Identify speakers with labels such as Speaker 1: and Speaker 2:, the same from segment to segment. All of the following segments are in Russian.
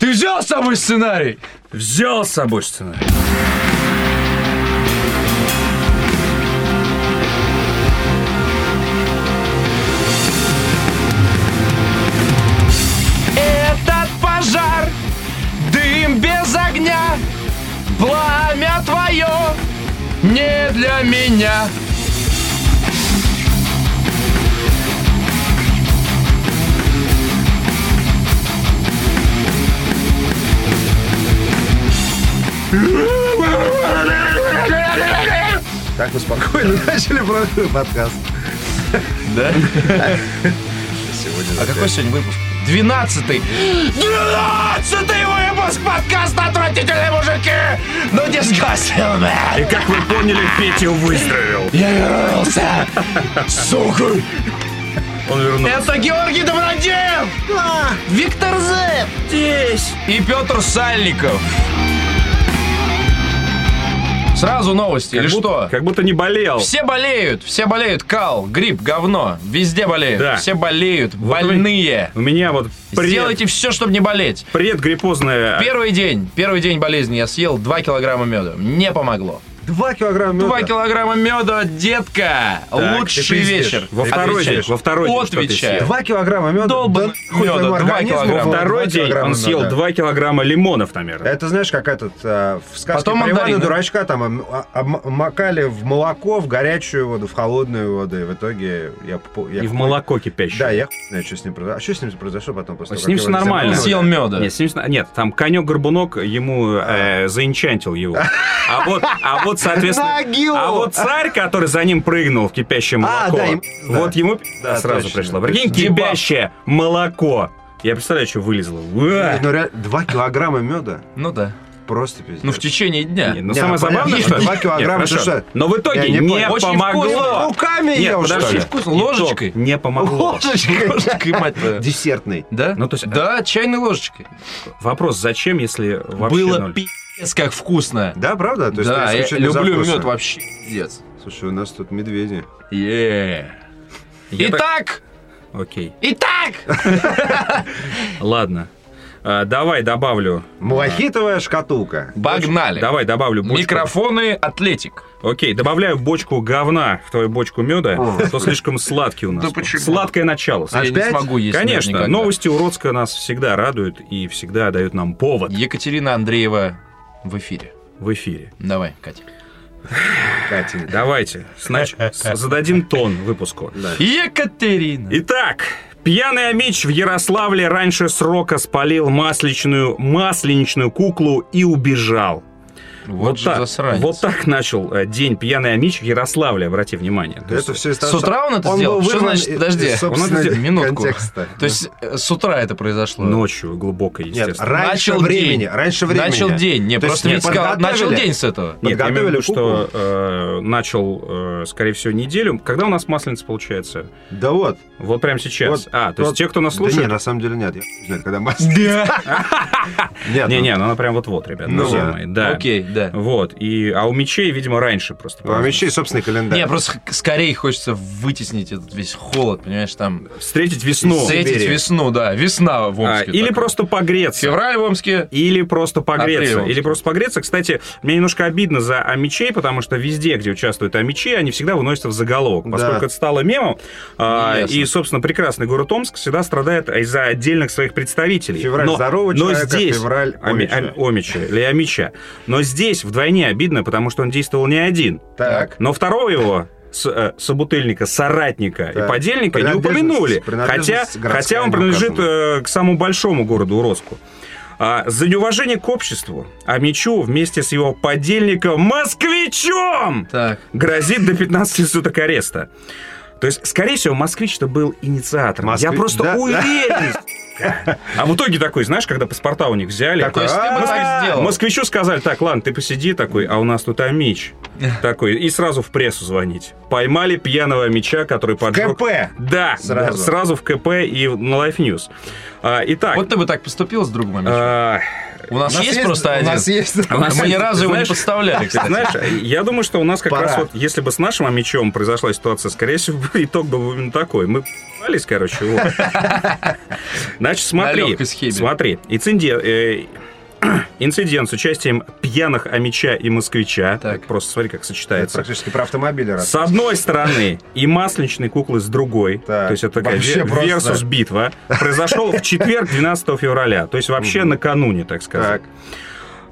Speaker 1: взял с собой сценарий?
Speaker 2: Взял с собой сценарий.
Speaker 1: Этот пожар, дым без огня, пламя твое не для меня.
Speaker 3: Так мы спокойно начали про- подкаст.
Speaker 1: Да?
Speaker 3: Сегодня.
Speaker 2: А какой сегодня выпуск?
Speaker 1: Двенадцатый. Двенадцатый выпуск подкаста «Отвратительные мужики». Ну, disgusting, man.
Speaker 2: И как вы поняли, Петя выздоровел.
Speaker 1: Я вернулся. Сука.
Speaker 2: Он вернулся.
Speaker 1: Это Георгий Добродеев. Виктор Зев.
Speaker 2: Здесь.
Speaker 1: И Петр Сальников. Сразу новости или что?
Speaker 2: Как будто не болел.
Speaker 1: Все болеют, все болеют. Кал, грипп, говно. Везде болеют.
Speaker 2: Да.
Speaker 1: Все болеют.
Speaker 2: вы-
Speaker 1: больные.
Speaker 2: У меня вот пред,
Speaker 1: Сделайте все, чтобы не болеть.
Speaker 2: предгриппозная...
Speaker 1: Первый день, первый день болезни я съел 2 килограмма меда. Не помогло.
Speaker 3: Два килограмма
Speaker 1: 2
Speaker 3: мёда.
Speaker 1: килограмма меда, детка.
Speaker 3: Так, ты
Speaker 1: Лучший
Speaker 3: пиздишь.
Speaker 1: вечер.
Speaker 2: Во второй день,
Speaker 1: Отвечаешь.
Speaker 2: во второй день что ты
Speaker 1: Отвечаю.
Speaker 2: съел?
Speaker 3: Два килограмма меда.
Speaker 1: Долбан-
Speaker 3: хуй
Speaker 1: мёда,
Speaker 3: твоему
Speaker 1: два
Speaker 3: организму,
Speaker 1: килограмма.
Speaker 2: Во
Speaker 3: было
Speaker 2: второй
Speaker 3: два
Speaker 2: день
Speaker 3: килограмма
Speaker 2: он съел
Speaker 3: мёда.
Speaker 2: 2 килограмма лимонов, наверное.
Speaker 3: Это знаешь, как этот э, в сказке
Speaker 1: Потом
Speaker 3: про Ивана
Speaker 1: мандарины.
Speaker 3: Дурачка там об- об- макали в молоко, в горячую воду, в холодную воду, и в итоге я... пу- я
Speaker 2: И в
Speaker 3: хуй-
Speaker 2: молоко кипящее.
Speaker 3: Да, я хуй знаю, что с ним произошло. А что с ним произошло потом? После
Speaker 2: С
Speaker 3: того,
Speaker 2: ним
Speaker 3: как
Speaker 2: всё
Speaker 3: его
Speaker 2: нормально.
Speaker 3: разобрали?
Speaker 1: Съел меда.
Speaker 2: Нет, с ним сна- нет, там конек-горбунок ему э, заинчантил его. А вот, а вот, соответственно,
Speaker 3: Нагил!
Speaker 2: а вот царь, который за ним прыгнул в кипящее
Speaker 3: А,
Speaker 2: молоко,
Speaker 3: да, им-
Speaker 2: вот
Speaker 3: да.
Speaker 2: ему да,
Speaker 3: Да,
Speaker 2: сразу
Speaker 3: точно,
Speaker 2: пришло. Прикинь,
Speaker 1: точно. Дебаф.
Speaker 2: кипящее молоко. Я представляю, что вылезло. Уа!
Speaker 3: Ну, реально, Два килограмма меда?
Speaker 1: Ну да.
Speaker 3: Просто пиздец.
Speaker 1: Ну в течение дня.
Speaker 2: Не, ну
Speaker 3: Не,
Speaker 2: самое
Speaker 3: ну,
Speaker 2: забавное,
Speaker 3: понятно,
Speaker 2: что...
Speaker 3: два
Speaker 2: Нет,
Speaker 3: килограмма,
Speaker 2: хорошо.
Speaker 3: ты что?
Speaker 2: Но в итоге
Speaker 3: Я не
Speaker 2: не,
Speaker 3: понял.
Speaker 1: Очень
Speaker 2: помогло.
Speaker 1: вкусно.
Speaker 3: Руками
Speaker 2: Нет,
Speaker 3: ел, что
Speaker 2: подожди.
Speaker 3: ли?
Speaker 1: Вкусно. Ложечкой.
Speaker 2: Итог Не помогло.
Speaker 1: Ложечкой. Ложечкой, мать твою.
Speaker 3: Десертный.
Speaker 1: Да?
Speaker 2: Ну, то есть-
Speaker 1: да, чайной ложечкой.
Speaker 2: Вопрос, зачем, если вообще
Speaker 1: Было
Speaker 2: ноль?
Speaker 1: пи***ц как вкусно.
Speaker 3: Да, правда? То есть
Speaker 1: да,
Speaker 3: ты
Speaker 1: я
Speaker 3: исключительно за
Speaker 1: люблю
Speaker 3: вкусом.
Speaker 1: мед вообще. Пиздец.
Speaker 3: Слушай, у нас тут медведи.
Speaker 1: Е.
Speaker 2: Я
Speaker 1: Итак,
Speaker 2: так- Окей,
Speaker 1: итак.
Speaker 2: ладно. А, давай добавлю.
Speaker 3: Малахитовая шкатулка.
Speaker 1: Погнали.
Speaker 2: Давай добавлю бочку.
Speaker 1: Микрофоны Атлетик.
Speaker 2: Окей, добавляю бочку говна в твою бочку меда,
Speaker 3: О.
Speaker 2: то слишком сладкий у нас.
Speaker 1: Да почему?
Speaker 2: Сладкое начало.
Speaker 3: А,
Speaker 1: Я не
Speaker 3: Опять?
Speaker 1: смогу есть. мед
Speaker 2: Конечно,
Speaker 1: никогда.
Speaker 2: новости Уродска нас всегда радуют и всегда дают нам повод
Speaker 1: Екатерина Андреева в эфире.
Speaker 2: в эфире.
Speaker 1: Давай, Катя.
Speaker 3: Катя.
Speaker 2: Давайте, значит, с- зададим тон выпуску.
Speaker 1: Екатерина.
Speaker 2: Итак, пьяный Амич в Ярославле раньше срока спалил масличную, масленичную куклу и убежал.
Speaker 1: Вот, же
Speaker 2: так,
Speaker 1: засранец.
Speaker 2: вот так начал э, день пьяный Амич в Ярославле, обрати внимание. То есть
Speaker 3: Это все из того,
Speaker 1: С утра он это сделал? Что
Speaker 3: вырван
Speaker 1: значит,
Speaker 3: из-
Speaker 1: подожди,
Speaker 3: из
Speaker 1: он это
Speaker 3: собственного
Speaker 1: сделал- минутку.
Speaker 3: контекста.
Speaker 1: То есть э, с утра это произошло.
Speaker 2: Ночью глубоко,
Speaker 3: Нет,
Speaker 2: естественно.
Speaker 3: раньше
Speaker 1: Начал
Speaker 3: времени.
Speaker 1: день.
Speaker 3: Раньше времени.
Speaker 1: Начал день. Не,
Speaker 3: То есть
Speaker 1: просто
Speaker 3: не
Speaker 1: мне сказал, начал
Speaker 3: подготовили?
Speaker 1: день с этого.
Speaker 2: Нет, я имею в
Speaker 3: Подготовили
Speaker 2: виду, что э, начал, э, скорее всего, неделю. Когда у нас масленица получается?
Speaker 3: Да вот.
Speaker 1: Ну,
Speaker 2: Вот прямо сейчас.
Speaker 3: Вот,
Speaker 2: а, то есть
Speaker 3: вот.
Speaker 2: те, кто нас
Speaker 3: Да нет,
Speaker 2: слушает...
Speaker 3: на самом деле нет. Я хуй знает, когда масло. Нет.
Speaker 2: не, не, ну она прям вот-вот, ребят,
Speaker 3: Ну
Speaker 2: друзья
Speaker 3: да.
Speaker 2: мои. Да.
Speaker 1: Окей, да.
Speaker 2: Вот. И, а у мечей, видимо, раньше просто.
Speaker 3: А У вещей собственный календарь.
Speaker 1: Не, просто х- скорее хочется вытеснить этот весь холод, понимаешь, там.
Speaker 2: Встретить весну.
Speaker 1: встретить
Speaker 3: Сибири.
Speaker 1: весну, да. Весна в
Speaker 2: Ну, А,
Speaker 1: Омске.
Speaker 2: или
Speaker 1: такая.
Speaker 2: просто погреться.
Speaker 1: Февраль в Омске.
Speaker 2: Или просто погреться.
Speaker 1: Апрель.
Speaker 2: Или просто погреться. Кстати, мне немножко обидно за амичей, потому что везде, где участвуют амичи, они всегда выносятся в заголовок.
Speaker 3: Да.
Speaker 2: Поскольку это стало мемом, а,
Speaker 1: Ясно.
Speaker 2: и, собственно, прекрасный город Омск всегда страдает из-за отдельных своих представителей.
Speaker 3: Февраль
Speaker 2: но,
Speaker 3: здорового
Speaker 2: но
Speaker 3: человека,
Speaker 2: здесь
Speaker 3: февраль
Speaker 1: а,
Speaker 2: Ами-
Speaker 3: Омича.
Speaker 2: Ам- Омича или амича. Но здесь вдвойне обидно, потому что он действовал не один.
Speaker 3: Так.
Speaker 2: Но второго его с- э, собутыльника, соратника и
Speaker 3: Так.
Speaker 2: подельника не
Speaker 3: Принадлежность-
Speaker 2: упомянули. Хотя,
Speaker 3: принадлежность городская
Speaker 2: хотя он
Speaker 3: не
Speaker 2: принадлежит
Speaker 3: указана.
Speaker 2: э, к самому большому городу Уроску. А, за неуважение к обществу Амичу вместе с его подельником Москвичом
Speaker 1: Так.
Speaker 2: грозит до 15 суток ареста. То есть, скорее всего, москвич-то был инициатором. Я
Speaker 3: Москви-
Speaker 2: просто
Speaker 3: да,
Speaker 2: уверен. А в итоге такой, знаешь, когда паспорта у них взяли,
Speaker 3: Такой,
Speaker 1: То есть ты бы
Speaker 3: А,
Speaker 1: так
Speaker 2: а,
Speaker 1: сделал.
Speaker 2: Москвичу сказали, так, ладно, ты посиди такой, а у нас тут Амич. Такой, и сразу в прессу звонить. Поймали пьяного Амича, который поджег...
Speaker 3: КП.
Speaker 2: Да, сразу.
Speaker 3: Сразу.
Speaker 2: сразу в КП и в- на Life News. А, итак,
Speaker 1: Вот ты бы так поступил с другом. Амич?
Speaker 2: а,
Speaker 1: У нас, есть, просто
Speaker 3: у
Speaker 1: один.
Speaker 3: нас есть.
Speaker 2: У нас
Speaker 1: Мы ни
Speaker 2: есть.
Speaker 1: разу его не
Speaker 2: Знаешь,
Speaker 1: подставляли, кстати.
Speaker 2: Знаешь, я думаю, что у нас как
Speaker 3: Пора.
Speaker 2: раз вот, если бы с нашим Амичевым произошла ситуация, скорее всего, бы итог был бы именно такой. Мы пались, короче, вот. Значит,
Speaker 1: На
Speaker 2: смотри,
Speaker 1: лёгкой схеме.
Speaker 2: смотри, инцидент, э, инцидент с участием пьяных Амича и москвича.
Speaker 1: Так.
Speaker 2: Просто смотри, как
Speaker 3: Это
Speaker 2: сочетается.
Speaker 3: практически про автомобили раз.
Speaker 2: С одной стороны, и масличной куклы с другой,
Speaker 3: Так,
Speaker 2: то есть это такая
Speaker 3: вообще
Speaker 2: ве-
Speaker 3: просто.
Speaker 2: версус битва, произошел в четверг 12 февраля, то есть вообще
Speaker 3: Мгм.
Speaker 2: накануне, так сказать.
Speaker 3: Так.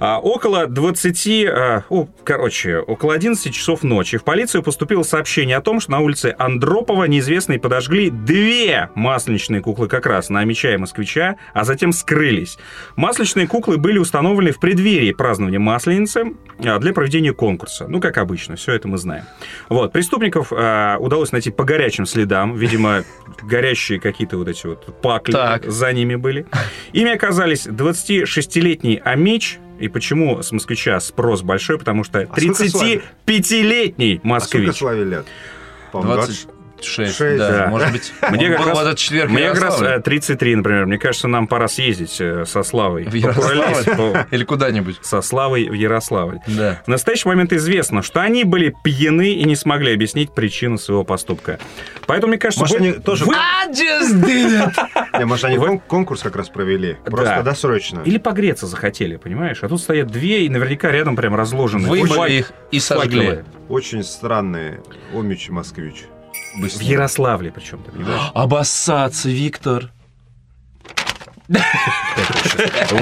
Speaker 2: А, около 20, а, о, короче, около 11 часов ночи в полицию поступило сообщение о том, что на улице Андропова неизвестные подожгли две масличные куклы как раз на Амича и Москвича, а затем скрылись. Масличные куклы были установлены в преддверии празднования Масленицы а, для проведения конкурса. Ну, как обычно, все это мы знаем. Вот, преступников а, удалось найти по горячим следам. Видимо, горящие какие-то вот эти вот пакли
Speaker 1: Так.
Speaker 2: за ними были. Ими оказались 26-летний Амич, и почему с москвича спрос большой? Потому что
Speaker 3: А сколько словили?
Speaker 2: 35-летний
Speaker 3: А сколько
Speaker 2: москвич.
Speaker 3: слове лет? По-моему, 20.
Speaker 1: 26,
Speaker 3: Шесть,
Speaker 1: да,
Speaker 2: да.
Speaker 1: может быть.
Speaker 2: Мне
Speaker 1: он
Speaker 2: как
Speaker 1: был
Speaker 2: раз-
Speaker 1: в этот четверг в
Speaker 2: Мне как раз
Speaker 1: Ярославле.
Speaker 2: э, 33, например. Мне кажется, нам пора съездить э, со Славой.
Speaker 1: В Ярославль?
Speaker 2: Покуролесить по-
Speaker 1: Или куда-нибудь.
Speaker 2: Со Славой в Ярославль.
Speaker 1: Да.
Speaker 2: В настоящий момент известно, что они были пьяны и не смогли объяснить причину своего поступка. Поэтому, мне кажется,
Speaker 3: Может,
Speaker 2: вы-
Speaker 3: они тоже- А?
Speaker 2: вы-
Speaker 3: Не, может, они
Speaker 2: Вы-
Speaker 3: кон- конкурс как раз провели.
Speaker 2: Да.
Speaker 3: Просто досрочно.
Speaker 2: Или погреться захотели, понимаешь? А тут стоят две, и наверняка рядом прям разложены.
Speaker 1: Выбили их и сожгли.
Speaker 2: факелы.
Speaker 3: Очень странные Омич и Москвич.
Speaker 2: В
Speaker 1: Быстро.
Speaker 2: Ярославле причем, ты понимаешь?
Speaker 1: Обоссаться, Виктор.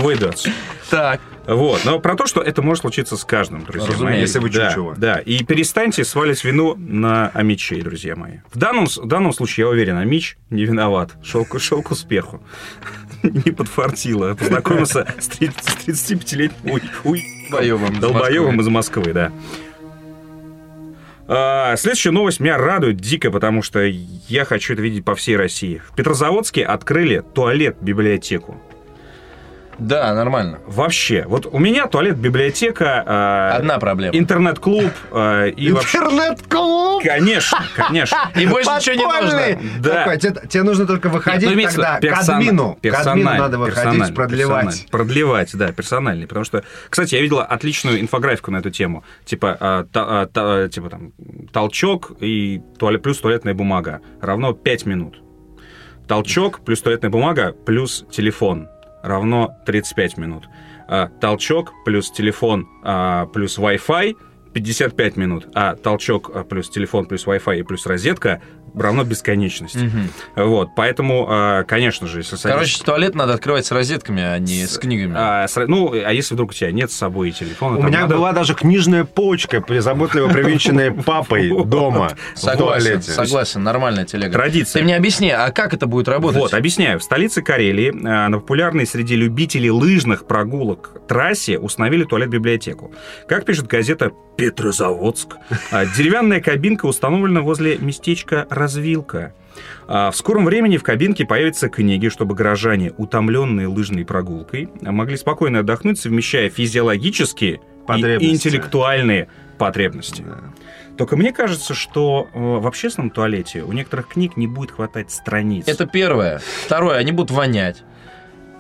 Speaker 2: Выдаться.
Speaker 1: Так.
Speaker 2: Вот, но про то, что это может случиться с каждым, друзья
Speaker 1: Разумеется,
Speaker 2: мои.
Speaker 3: если вы
Speaker 2: да,
Speaker 3: чучело.
Speaker 2: Да, и перестаньте свалить вину на Амичей, друзья мои. В данном, с- в данном случае, я уверен, Амич не виноват. Шел, к- шел к успеху. Не подфартило. Познакомился с 35-летним уй- уй-
Speaker 1: Долбоёбом из
Speaker 2: долбоёбом
Speaker 1: Москвы.
Speaker 2: из Москвы, да. А, Следующая новость меня радует дико, потому что я хочу это видеть по всей России. В Петрозаводске открыли туалет-библиотеку.
Speaker 1: Да, нормально.
Speaker 2: Вообще, вот у меня туалет, библиотека, э,
Speaker 1: Одна проблема.
Speaker 2: интернет-клуб э, и вообще...
Speaker 3: Интернет-клуб!
Speaker 2: Конечно, конечно.
Speaker 1: И больше ничего не
Speaker 3: Подпольный!
Speaker 1: нужно.
Speaker 2: Да.
Speaker 3: Такой, тебе, тебе нужно только выходить
Speaker 2: Ну, имеется в
Speaker 3: тогда
Speaker 2: виду
Speaker 3: к
Speaker 2: персона-
Speaker 3: админу. к админу
Speaker 2: персонально,
Speaker 3: надо выходить,
Speaker 2: персонально,
Speaker 3: продлевать.
Speaker 2: персонально. Продлевать, да, персональный. Потому что, кстати, я видела отличную инфографику на эту тему. Типа, э, та- э, та- э, типа там, толчок и туалет, плюс туалетная бумага равно 5 минут. Толчок плюс туалетная бумага плюс телефон равно 35 минут. А, толчок плюс телефон а, плюс Wi-Fi 55 минут, а толчок а, плюс телефон плюс Wi-Fi и плюс розетка равно бесконечности.
Speaker 1: Мгм.
Speaker 2: Вот, поэтому, а, конечно же, если садишь-
Speaker 1: Короче, туалет надо открывать с розетками, а не с книгами.
Speaker 2: А, сра- ну, а если вдруг у тебя нет с собой телефона,
Speaker 3: У
Speaker 2: там
Speaker 3: меня
Speaker 2: надо-
Speaker 3: была даже книжная полочка, при- заботливо привинченная папой дома в
Speaker 1: Согласен,
Speaker 3: туалете.
Speaker 1: согласен, нормальная телега.
Speaker 2: традиция.
Speaker 1: Ты мне объясни, а как это будет работать?
Speaker 2: Вот, объясняю. В столице Карелии, э, на популярной среди любителей лыжных прогулок трассе установили туалет-библиотеку. Как пишет газета «Петрозаводск», э, деревянная кабинка установлена возле местечка «Развилка». А В скором времени в кабинке появятся книги, чтобы горожане, утомленные лыжной прогулкой, могли спокойно отдохнуть, совмещая физиологические и
Speaker 3: Потребности.
Speaker 2: интеллектуальные потребности.
Speaker 3: Да.
Speaker 2: Только мне кажется, что э, в общественном туалете у некоторых книг не будет хватать страниц.
Speaker 1: Это первое. Второе, они будут вонять.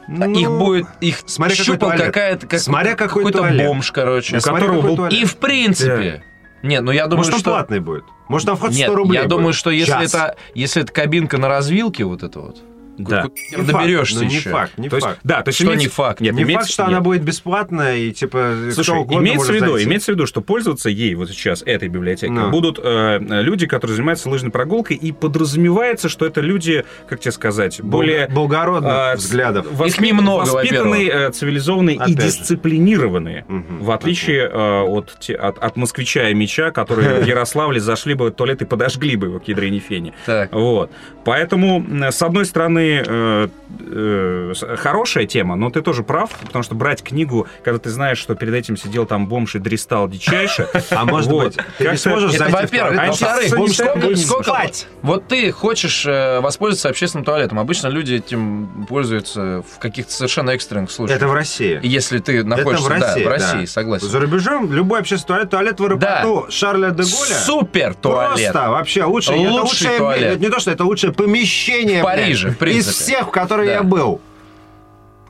Speaker 1: А
Speaker 3: Ну,
Speaker 1: Их будет, их
Speaker 3: смотря какой
Speaker 1: щупал
Speaker 3: туалет.
Speaker 1: какая-то как-
Speaker 3: Смотря какой
Speaker 1: какой-то
Speaker 3: туалет.
Speaker 1: бомж, короче.
Speaker 3: Ну, смотря
Speaker 2: которого
Speaker 3: какой
Speaker 2: был-
Speaker 3: туалет.
Speaker 1: И в принципе. Нет, ну я думаю,
Speaker 3: Может, он
Speaker 1: что.
Speaker 3: платный будет? Может, там вход
Speaker 1: Нет,
Speaker 3: 100 рублей
Speaker 1: я думаю, что если
Speaker 3: Час.
Speaker 1: это, если это кабинка на развилке, вот это вот,
Speaker 2: Да.
Speaker 1: ку- хер доберешься
Speaker 3: ну, не
Speaker 1: еще.
Speaker 3: факт, не
Speaker 2: то есть,
Speaker 3: факт.
Speaker 2: да, то есть
Speaker 1: Что
Speaker 2: имеется-
Speaker 1: не факт?
Speaker 2: Нет,
Speaker 3: не
Speaker 2: имеется-
Speaker 3: факт, что
Speaker 2: нет.
Speaker 3: она будет бесплатная и типа
Speaker 2: Слушай,
Speaker 3: кто угодно
Speaker 2: имеется в
Speaker 3: может
Speaker 2: виду,
Speaker 3: зайти.
Speaker 2: имеется в виду, что пользоваться ей вот сейчас, этой библиотекой,
Speaker 3: Ну.
Speaker 2: будут э, люди, которые занимаются лыжной прогулкой, и подразумевается, что это люди, как тебе сказать,
Speaker 3: Бу-
Speaker 2: более...
Speaker 3: благородных
Speaker 1: а,
Speaker 2: э,
Speaker 3: взглядов.
Speaker 2: воспи-
Speaker 1: Их немного,
Speaker 2: Воспитанные, э, цивилизованные и
Speaker 3: Опять же.
Speaker 2: дисциплинированные.
Speaker 3: Мгм.
Speaker 2: В отличие э, от, те- от, от москвича и меча, которые в Ярославле зашли бы в туалет и подожгли бы его к ядрене фене.
Speaker 1: Так.
Speaker 2: Вот. Поэтому, м, с одной стороны, э, э, с- хорошая тема, но ты тоже прав, потому что брать книгу, когда ты знаешь, что перед этим сидел там бомж и дристал дичайше, э,
Speaker 3: А может
Speaker 2: Вот.
Speaker 3: быть, ты
Speaker 2: Как-то
Speaker 3: не сможешь
Speaker 1: Это
Speaker 3: зайти в
Speaker 1: во-первых.
Speaker 3: туалет,
Speaker 2: Антисанитарный
Speaker 1: Во-вторых,
Speaker 3: потому что
Speaker 1: сколько,
Speaker 3: будет
Speaker 1: сколько-
Speaker 3: спать.
Speaker 1: Вот ты хочешь э, воспользоваться общественным туалетом. Обычно люди этим пользуются в каких-то совершенно экстренных случаях.
Speaker 3: Это в России.
Speaker 1: Если ты находишься
Speaker 3: это в России,
Speaker 1: да, в России,
Speaker 3: да.
Speaker 1: согласен.
Speaker 3: За рубежом любой общественный туалет, туалет в аэропорту Шарля де Голля.
Speaker 1: Супер туалет.
Speaker 3: Просто вообще лучше. это
Speaker 1: Лучший
Speaker 3: лучшее-
Speaker 1: туалет.
Speaker 3: это не то, что это лучшее помещение.
Speaker 1: В Париже,
Speaker 3: блядь,
Speaker 1: в принципе.
Speaker 3: Из всех, в которых
Speaker 1: Да.
Speaker 3: я был.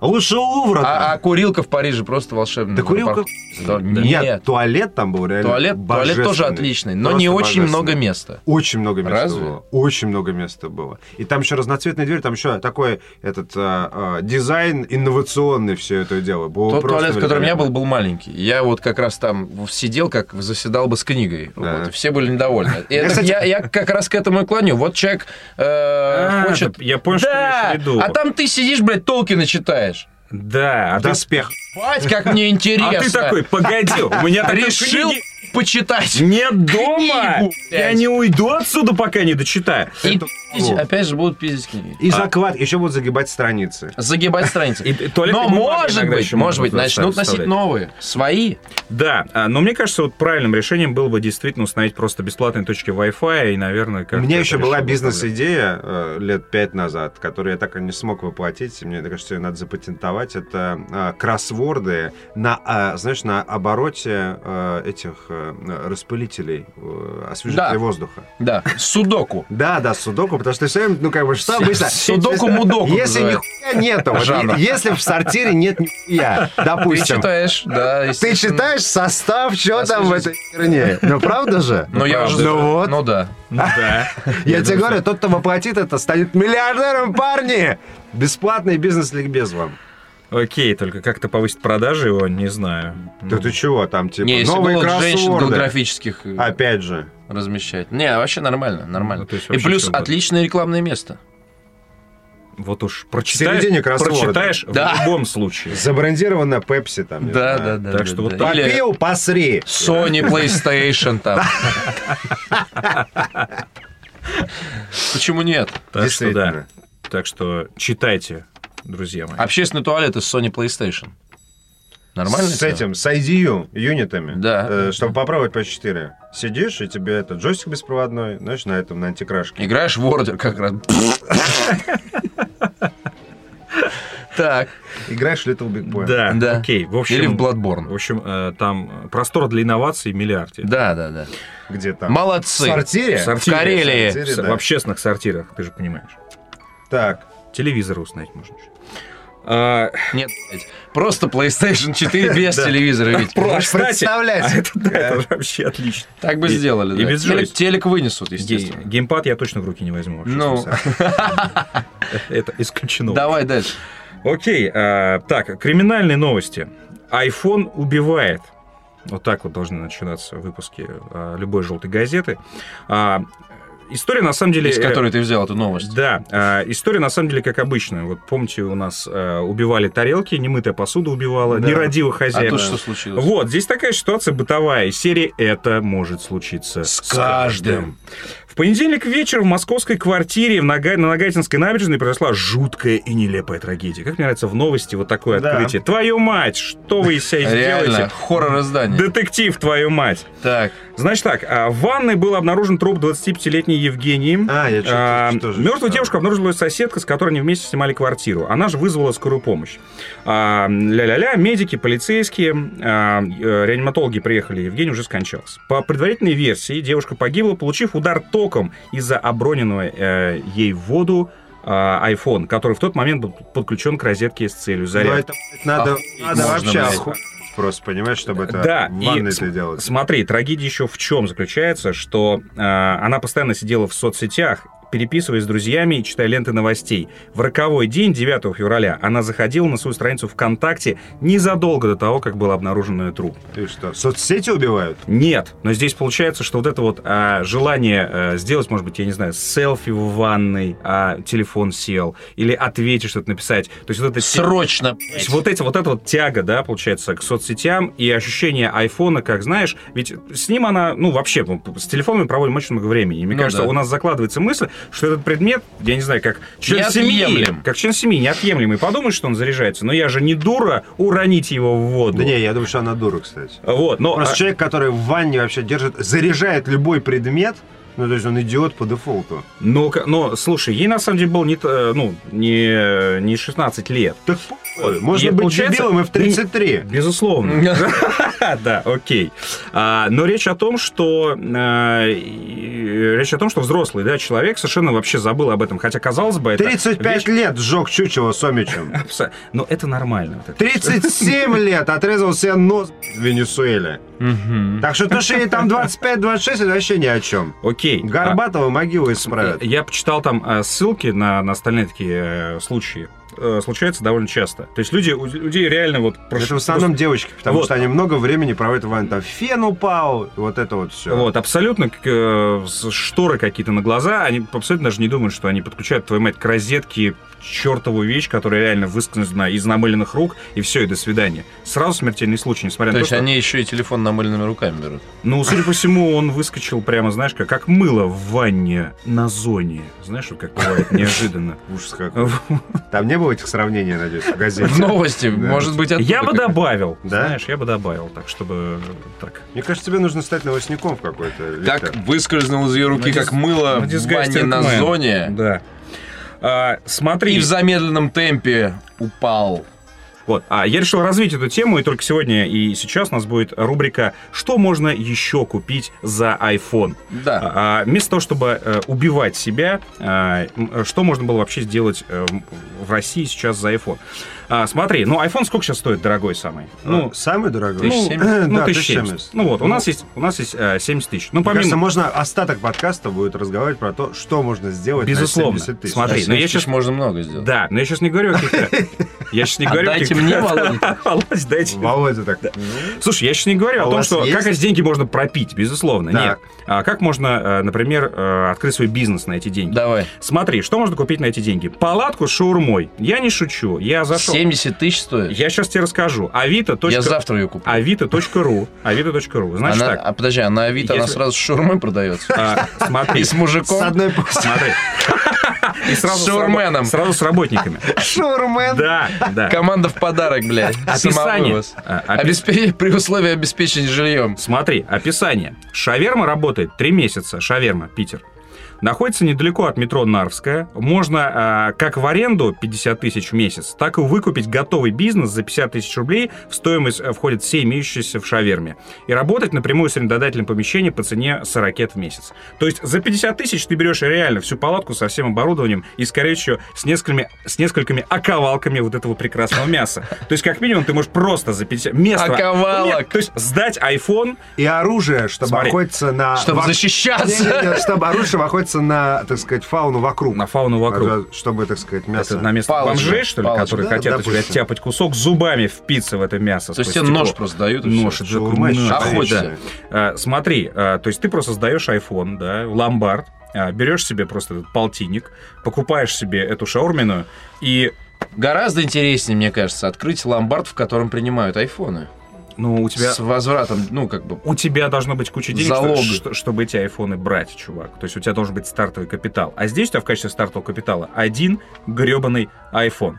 Speaker 3: Лучше Лувра.
Speaker 1: А, а
Speaker 3: там.
Speaker 1: курилка в Париже просто волшебная.
Speaker 3: Да курилка...
Speaker 1: Да, да
Speaker 3: нет,
Speaker 1: нет.
Speaker 3: туалет там был реально
Speaker 1: Туалет, туалет тоже
Speaker 3: божественный.
Speaker 1: отличный, но
Speaker 3: Просто
Speaker 1: не очень
Speaker 3: божественный.
Speaker 1: много места.
Speaker 3: Очень много места
Speaker 1: Разве?
Speaker 3: было. Очень много места было. И там еще разноцветные двери, там еще такой этот а, а, дизайн инновационный все это дело. Было
Speaker 1: Тот
Speaker 3: просто
Speaker 1: туалет, в котором я был,
Speaker 3: великолепно.
Speaker 1: был маленький. Я вот как раз там сидел, как заседал бы с книгой.
Speaker 3: Да.
Speaker 1: Вот, и все были недовольны. И
Speaker 3: Я,
Speaker 1: это-
Speaker 3: кстати-
Speaker 1: я, я как раз к этому и клоню. Вот человек э,
Speaker 2: А,
Speaker 1: хочет...
Speaker 2: да, Я понял, что
Speaker 1: да,
Speaker 2: я веду.
Speaker 1: а там ты сидишь, блядь, Толкина читаешь.
Speaker 2: Да, а ты-
Speaker 3: Доспех.
Speaker 1: Бать, как мне интересно.
Speaker 2: а ты такой, погоди, у
Speaker 3: а
Speaker 2: меня такой
Speaker 1: решил
Speaker 2: книги
Speaker 1: почитать.
Speaker 2: Нет дома!
Speaker 1: Книгу,
Speaker 2: Я
Speaker 1: блядь.
Speaker 2: не уйду отсюда, пока не дочитаю.
Speaker 1: И
Speaker 3: Это
Speaker 1: пиздить,
Speaker 3: вот.
Speaker 1: опять же будут пиздить книги.
Speaker 3: И заклад. Еще будут загибать страницы.
Speaker 1: Загибать страницы.
Speaker 2: И
Speaker 1: Но
Speaker 2: туалетные бумаги
Speaker 1: может
Speaker 2: иногда
Speaker 1: быть,
Speaker 2: еще
Speaker 1: может быть, ну,
Speaker 2: можно
Speaker 1: начнут носить
Speaker 2: вставлять.
Speaker 1: новые, свои.
Speaker 2: Да, а, но мне кажется, вот правильным решением было бы действительно установить просто бесплатные точки Wi-Fi и, наверное, как
Speaker 3: У меня еще была бизнес-идея э, лет пять назад, которую я так и не смог воплотить. и Мне кажется, ее надо запатентовать. Это э, кроссворды на, а, знаешь, на обороте э, этих э, распылителей, э, освежителей
Speaker 1: Да.
Speaker 3: воздуха.
Speaker 1: Да, судоку.
Speaker 3: Да, да, судоку, потому что все время, ну, как бы, что
Speaker 1: Все-
Speaker 3: обычно...
Speaker 1: судоку-мудоку
Speaker 3: Если
Speaker 1: называют.
Speaker 3: нихуя нету, вот
Speaker 1: Жанр.
Speaker 3: е- если в сортире нет нихуя,
Speaker 1: Ты
Speaker 3: допустим,
Speaker 1: читаешь, да.
Speaker 3: ты
Speaker 1: естественно.
Speaker 3: читаешь состав, что
Speaker 1: Да,
Speaker 3: там в
Speaker 1: слушай.
Speaker 3: этой херне. Ну, правда же?
Speaker 1: Ну я уже...
Speaker 3: Ну вот.
Speaker 1: Ну да.
Speaker 2: Да.
Speaker 3: Я тебе
Speaker 1: ну,
Speaker 2: думаю,
Speaker 3: говорю, тот, кто воплотит это, станет миллиардером, парни! Бесплатный бизнес-ликбез вам.
Speaker 2: что- Окей, только как-то повысить продажи его, не знаю. Ну,
Speaker 3: Да ты чего, там, типа,
Speaker 1: Ну. Не, если
Speaker 3: новые
Speaker 1: было женщин
Speaker 3: кроссворды.
Speaker 1: голографических э,
Speaker 3: Опять же.
Speaker 1: размещать. Не, вообще нормально, нормально.
Speaker 2: Ну, то есть
Speaker 1: И
Speaker 2: вообще
Speaker 1: плюс
Speaker 2: всё будет.
Speaker 1: отличное рекламное место.
Speaker 2: Вот уж прочитаешь,
Speaker 3: середине кроссворда.
Speaker 2: прочитаешь
Speaker 1: Да.
Speaker 2: в любом случае.
Speaker 3: Забрендированная Пепси там. не
Speaker 1: Да, да,
Speaker 3: знаю.
Speaker 1: да.
Speaker 2: Так
Speaker 1: да,
Speaker 2: что вот
Speaker 1: да.
Speaker 2: так.
Speaker 1: Или
Speaker 3: Попил, посри.
Speaker 1: Sony PlayStation там. Почему нет?
Speaker 2: Так что да.
Speaker 3: Действительно. А,
Speaker 2: Так что читайте, друзья мои.
Speaker 1: Общественный туалет из Sony PlayStation. Нормально?
Speaker 3: С
Speaker 1: всё?
Speaker 3: этим, с IDU, юнитами.
Speaker 1: Да.
Speaker 3: Э, чтобы попробовать по 4. Сидишь, и тебе это джойстик беспроводной, знаешь, на этом, на антикрашке.
Speaker 1: Играешь в Word как раз. Так,
Speaker 3: Играешь в Little Big Boy.
Speaker 2: Да,
Speaker 1: Да.
Speaker 2: окей. В общем,
Speaker 1: или в
Speaker 2: в
Speaker 1: Bloodborne.
Speaker 2: общем, э, там э, простор для инноваций миллиарде.
Speaker 1: Да, да, да.
Speaker 3: Где там? В
Speaker 1: Молодцы.
Speaker 3: сортире?
Speaker 2: В сортире,
Speaker 1: В Карелии.
Speaker 2: в
Speaker 3: Сортире,
Speaker 2: с-
Speaker 3: да.
Speaker 2: В общественных сортирах, ты же понимаешь.
Speaker 3: Так.
Speaker 2: Телевизоры установить можно. еще. А,
Speaker 1: Нет, блядь, просто PlayStation 4 без
Speaker 2: Да.
Speaker 1: телевизора ведь.
Speaker 3: Можешь
Speaker 2: кстати, а
Speaker 3: представлять.
Speaker 2: это, да,
Speaker 1: Э,
Speaker 2: это же вообще отлично.
Speaker 1: Так бы
Speaker 2: И-
Speaker 1: сделали,
Speaker 2: и
Speaker 1: да.
Speaker 2: без
Speaker 1: Телек-
Speaker 2: джойстика.
Speaker 1: Телек вынесут,
Speaker 2: Естественно.
Speaker 1: естественно.
Speaker 2: Геймпад я точно в руки не возьму. вообще,
Speaker 1: Ну,
Speaker 2: смысл. это исключено.
Speaker 1: давай дальше.
Speaker 2: Окей, а, так, криминальные новости. iPhone убивает. Вот так вот должны начинаться выпуски а, любой желтой газеты. А, история на самом деле...
Speaker 1: Из
Speaker 2: э,
Speaker 1: которой ты взял эту новость.
Speaker 2: Да, а, история на самом деле как обычная. Вот помните, у нас а, убивали тарелки, немытая посуда убивала,
Speaker 3: Да.
Speaker 2: нерадивых
Speaker 1: А
Speaker 2: хозяев.
Speaker 1: тут что случилось?
Speaker 2: Вот, здесь такая ситуация бытовая. Из серии «Это может случиться
Speaker 1: С каждым.
Speaker 2: В понедельник вечером в московской квартире в Нога- на Нагатинской набережной произошла жуткая и нелепая трагедия. Как мне нравится в новости вот такое
Speaker 3: Да.
Speaker 2: открытие. Твою мать, что вы из себя
Speaker 1: Реально,
Speaker 2: сделаете?
Speaker 1: хоррор издание.
Speaker 2: Детектив, твою мать.
Speaker 1: Так,
Speaker 2: Значит так, а, в ванной был обнаружен труп 25-летней Евгении.
Speaker 3: А, я чё-то тоже
Speaker 2: Мертвую
Speaker 3: читал.
Speaker 2: девушку обнаружила её соседка, с которой они вместе снимали квартиру. Она же вызвала скорую помощь. А, Ля-ля-ля, медики, полицейские, а, э, реаниматологи приехали, Евгений уже скончался. По предварительной версии, девушка погибла, получив удар током из-за оброненного э, ей в воду а, iPhone, который в тот момент был подключен к розетке с целью
Speaker 3: Ну,
Speaker 2: зарядки.
Speaker 3: это блядь, надо,
Speaker 1: Охуеть
Speaker 3: надо
Speaker 1: можно,
Speaker 3: вообще
Speaker 1: блядь.
Speaker 3: охуеть просто, понимаешь, чтобы это
Speaker 2: Да,
Speaker 3: в
Speaker 2: и
Speaker 3: ванной
Speaker 2: см-
Speaker 3: это делать.
Speaker 2: Смотри, трагедия еще в чем заключается, что э, она постоянно сидела в соцсетях, переписываясь с друзьями и читая ленты новостей. В роковой день, 9 февраля, она заходила на свою страницу ВКонтакте незадолго до того, как был обнаружен ее труп.
Speaker 3: И что, соцсети убивают?
Speaker 2: Нет, но здесь получается, что вот это вот а, желание э, сделать, может быть, я не знаю, селфи в ванной, а телефон сел, или ответить что-то написать. То есть вот это те-
Speaker 1: срочно.
Speaker 2: то есть вот, эти, вот эта вот тяга, да, получается, к соцсетям и ощущение айфона, как знаешь, ведь с ним она, ну, вообще, мы с телефонами проводим очень много времени. И мне
Speaker 1: Ну
Speaker 2: кажется,
Speaker 1: да.
Speaker 2: у нас закладывается мысль, что этот предмет, я не знаю, как член семьи,
Speaker 1: Неотъемлем.
Speaker 2: как член семьи, неотъемлемый. Подумаешь, что он заряжается, но я же не дура уронить его в воду.
Speaker 1: Ну.
Speaker 3: Да не, я думаю, что она дура, кстати.
Speaker 2: Вот, но...
Speaker 3: Просто
Speaker 2: а,
Speaker 3: человек, который в ванне вообще держит, заряжает любой предмет, ну, то есть он идиот по дефолту.
Speaker 2: но, к- но, слушай, ей на самом деле было не, т- э, ну, не, не 16 лет.
Speaker 3: Так похуй, можно
Speaker 2: И
Speaker 3: быть
Speaker 2: получается-
Speaker 3: дебилом и в 33.
Speaker 2: Безусловно. Да, окей. А, Но речь о том, что а, и- речь о том, что взрослый, да, человек совершенно вообще забыл об этом, хотя казалось бы это
Speaker 3: 35 лет сжег чучело Сомичем.
Speaker 2: абсо- но это нормально. вот это.
Speaker 3: 37 лет отрезал себе нос в Венесуэле.
Speaker 1: Мгм.
Speaker 3: Так что то, что ей там 25-26, это вообще ни о чем.
Speaker 2: Окей. А,
Speaker 3: Горбатова могилу исправят.
Speaker 2: Я почитал там э, ссылки на, на остальные такие э, случаи. Э, Случается довольно часто. То есть люди, у людей реально вот... прош-
Speaker 3: Это в основном девочки, потому
Speaker 2: Вот.
Speaker 3: что они много времени проводят в ванне. Там фен упал, и вот это вот все.
Speaker 2: Вот, абсолютно к- э, с- шторы какие-то на глаза, они абсолютно даже не думают, что они подключают, твою мать, к розетке чертовую вещь, которая реально выскользна из намыленных рук, и все, и до свидания. Сразу смертельный случай, несмотря
Speaker 1: То
Speaker 2: на то,
Speaker 1: есть
Speaker 2: что...
Speaker 1: они еще и телефон намыленными руками берут.
Speaker 2: Ну, судя по всему, он выскочил прямо, знаешь, как, как мыло в ванне на зоне. Знаешь, вот как бывает неожиданно.
Speaker 3: Ужас какой. Там не было этих сравнений, я надеюсь, в газете.
Speaker 1: В
Speaker 2: Ну.
Speaker 1: новости,
Speaker 3: Да.
Speaker 1: может быть, оттуда
Speaker 2: Я бы
Speaker 1: как-то.
Speaker 2: добавил,
Speaker 3: Да?
Speaker 2: знаешь, я бы добавил, так, чтобы... э, Так.
Speaker 3: Мне кажется, тебе нужно стать новостником в какой-то. Виктор.
Speaker 1: Так выскользнул из ее руки,
Speaker 2: На дис-
Speaker 1: как мыло
Speaker 2: на
Speaker 1: в
Speaker 2: disgusting
Speaker 1: ванне на
Speaker 2: man.
Speaker 1: зоне.
Speaker 2: Да. А, смотри.
Speaker 1: И в замедленном темпе упал.
Speaker 2: Вот. А я решил развить эту тему, и только сегодня и сейчас у нас будет рубрика «Что можно еще купить за iPhone?».
Speaker 1: Да.
Speaker 2: А, а, вместо того, чтобы э, убивать себя, а, м, что можно было вообще сделать э, м, в России сейчас за iPhone? А, смотри, ну iPhone сколько сейчас стоит, дорогой самый?
Speaker 3: Ну,
Speaker 2: Ну,
Speaker 3: самый дорогой.
Speaker 1: 1070.
Speaker 2: ну,
Speaker 3: да,
Speaker 2: 1070.
Speaker 3: 1070.
Speaker 2: Ну вот, у
Speaker 3: Ну,
Speaker 2: нас есть, у нас есть э, 70 тысяч. Ну,
Speaker 3: Мне кажется,
Speaker 2: помимо...
Speaker 3: можно остаток подкаста будет разговаривать про то, что можно сделать
Speaker 2: Безусловно.
Speaker 3: на 70 тысяч.
Speaker 2: Смотри,
Speaker 1: но
Speaker 2: ну я щас-
Speaker 1: можно много сделать.
Speaker 2: Да, но я сейчас не говорю о каких-то... Я сейчас не говорю о
Speaker 1: Отдайте
Speaker 2: каких-то-
Speaker 1: мне, Володя.
Speaker 2: Володь, дайте мне.
Speaker 3: Володя так.
Speaker 2: Слушай, я еще не говорю
Speaker 3: А
Speaker 2: о
Speaker 3: у
Speaker 2: том,
Speaker 3: вас
Speaker 2: что
Speaker 3: есть?
Speaker 2: как эти деньги можно пропить, безусловно.
Speaker 3: Да.
Speaker 2: Нет. А как можно, э, например, э, открыть свой бизнес на эти деньги?
Speaker 1: Давай.
Speaker 2: Смотри, что можно купить на эти деньги? Палатку с шаурмой. Я не шучу. Я зашел.
Speaker 1: 70 тысяч стоит.
Speaker 2: Я сейчас тебе расскажу. Авито.
Speaker 1: Я завтра ее куплю.
Speaker 2: Авито.ру. Авито.ру. Значит
Speaker 1: Она-
Speaker 2: так.
Speaker 1: А подожди, а на Авито она
Speaker 2: Если-
Speaker 1: сразу с шаурмой продается.
Speaker 2: а, смотри.
Speaker 1: И с мужиком.
Speaker 3: С одной пасти.
Speaker 2: Смотри. И сразу
Speaker 1: С
Speaker 2: с рабо-
Speaker 1: шаурменом.
Speaker 2: Сразу с работниками.
Speaker 3: Шаурмен.
Speaker 2: Да, да.
Speaker 1: Команда в подарок, блядь.
Speaker 2: Описание.
Speaker 1: Самовывоз.
Speaker 2: А, опи-
Speaker 1: Обеспе- При условии обеспечения жильем.
Speaker 2: Смотри, описание. Шаверма работает 3 месяца. Шаверма, Питер. Находится недалеко от метро Нарвская. Можно а, как в аренду 50 тысяч в месяц, так и выкупить готовый бизнес за 50 тысяч рублей. В стоимость э, входит все имеющиеся в шаверме. И работать напрямую с арендодателем помещения по цене 40 в месяц. То есть за 50 тысяч ты берешь реально всю палатку со всем оборудованием и, скорее всего, с несколькими, с несколькими оковалками вот этого прекрасного мяса. То есть, как минимум, ты можешь просто за 50... Место...
Speaker 1: Оковалок.
Speaker 2: То есть сдать iPhone
Speaker 3: И оружие, чтобы
Speaker 2: Смотри.
Speaker 3: охотиться
Speaker 2: А,
Speaker 3: на...
Speaker 1: Чтобы
Speaker 3: вок- Не, не,
Speaker 1: защищаться.
Speaker 3: не, чтобы оружие чтобы охотиться на, так сказать, фауну вокруг.
Speaker 2: на фауну вокруг.
Speaker 3: Чтобы, так сказать, мясо...
Speaker 2: Это на место
Speaker 1: Палочка,
Speaker 2: бомжей, что ли,
Speaker 1: палочка.
Speaker 2: которые
Speaker 3: Да,
Speaker 2: хотят у тебя
Speaker 3: допустим.
Speaker 2: тяпать кусок, зубами впиться в это мясо.
Speaker 1: То есть тебе
Speaker 2: сквозь
Speaker 1: нож
Speaker 2: стекло.
Speaker 1: просто дают и
Speaker 2: Нож,
Speaker 1: всё.
Speaker 2: это же
Speaker 3: Шаурма
Speaker 2: нож.
Speaker 3: ещё
Speaker 1: Охотишься.
Speaker 2: Да. А, Смотри, а, то есть ты просто сдаешь iPhone, да, в ломбард, а, берешь себе просто этот полтинник, покупаешь себе эту шаурменную и,
Speaker 1: Гораздо интереснее, мне кажется, открыть ломбард, в котором принимают айфоны.
Speaker 2: ну, у тебя...
Speaker 1: С возвратом, ну, как бы,
Speaker 2: У тебя должно быть куча денег,
Speaker 1: Залог.
Speaker 2: что- что- чтобы эти айфоны брать, чувак. То есть у тебя должен быть стартовый капитал. А здесь у тебя в качестве стартового капитала один гребаный iPhone.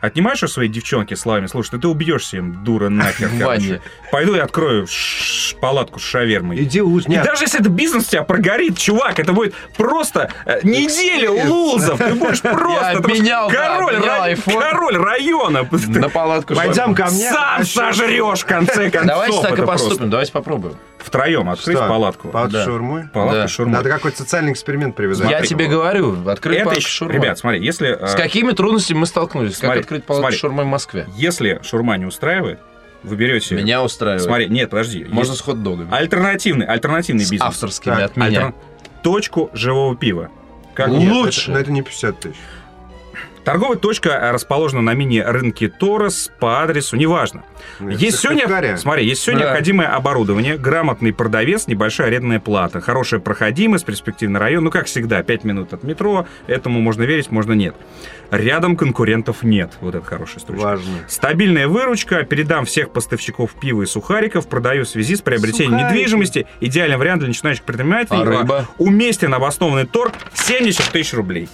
Speaker 2: Отнимаешь у своей девчонки словами, слушай, ты, ты убьешься им, дура, нахер,
Speaker 1: В
Speaker 2: короче.
Speaker 1: ванне.
Speaker 2: Пойду я открою ш- палатку с шавермой.
Speaker 3: Иди лучше.
Speaker 2: И
Speaker 3: Нет,
Speaker 2: даже если это бизнес у тебя прогорит, чувак, это будет просто э, неделя лузов. Ты будешь просто... ты будешь
Speaker 1: обменял, да,
Speaker 2: король,
Speaker 1: обменял
Speaker 2: рай-
Speaker 1: iPhone.
Speaker 2: король района.
Speaker 1: на палатку. что ли?
Speaker 3: пойдем ко мне. а
Speaker 2: Сам сожрешь, в конце концов.
Speaker 1: Давайте так
Speaker 2: это
Speaker 1: и
Speaker 2: просто.
Speaker 1: поступим, давайте попробуем.
Speaker 2: Втроем открыть
Speaker 3: Что?
Speaker 2: палатку.
Speaker 3: Палатку
Speaker 1: Да.
Speaker 3: с шаурмой?
Speaker 2: Палатка
Speaker 1: Да.
Speaker 2: с шаурмой.
Speaker 3: Надо какой-то социальный эксперимент привязать.
Speaker 1: Я
Speaker 2: Смотри.
Speaker 1: тебе говорю, открыть
Speaker 2: Это
Speaker 1: палатку
Speaker 2: еще-
Speaker 1: шурмой.
Speaker 2: ребят, смотри, если, э,
Speaker 1: С какими трудностями мы столкнулись?
Speaker 2: смотри,
Speaker 1: как открыть палатку
Speaker 2: смотри.
Speaker 1: шурмой в Москве?
Speaker 2: если шурма не устраивает, вы берете...
Speaker 1: Меня устраивает.
Speaker 2: Смотри, нет, подожди.
Speaker 1: Можно с
Speaker 2: есть
Speaker 1: хот-догами.
Speaker 2: Альтернативный, альтернативный
Speaker 1: С
Speaker 2: бизнес.
Speaker 1: авторскими
Speaker 3: Так,
Speaker 1: от меня.
Speaker 2: Альтерна- Точку живого пива. Как
Speaker 1: Ну,
Speaker 2: нет?
Speaker 3: Нет,
Speaker 1: лучше.
Speaker 3: это- Но это не 50 тысяч.
Speaker 2: Торговая точка э, расположена на мини-рынке Торос по адресу, неважно.
Speaker 3: Ну,
Speaker 2: Есть
Speaker 3: в
Speaker 2: все, необ-
Speaker 3: Сыктывкаре.
Speaker 2: Смотри, есть все
Speaker 1: Да.
Speaker 2: необходимое оборудование, грамотный продавец, небольшая арендная плата, хорошая проходимость, перспективный район. Ну, как всегда, 5 минут от метро. Этому можно верить, можно нет. Рядом конкурентов нет. Вот это хорошая строчка.
Speaker 3: Важно.
Speaker 2: Стабильная выручка, передам всех поставщиков пива и сухариков, продаю в связи с приобретением
Speaker 3: Сухарики.
Speaker 2: недвижимости. Идеальный вариант для начинающих предпринимателей.
Speaker 1: А рыба?
Speaker 2: Уместен обоснованный торг 70 тысяч рублей.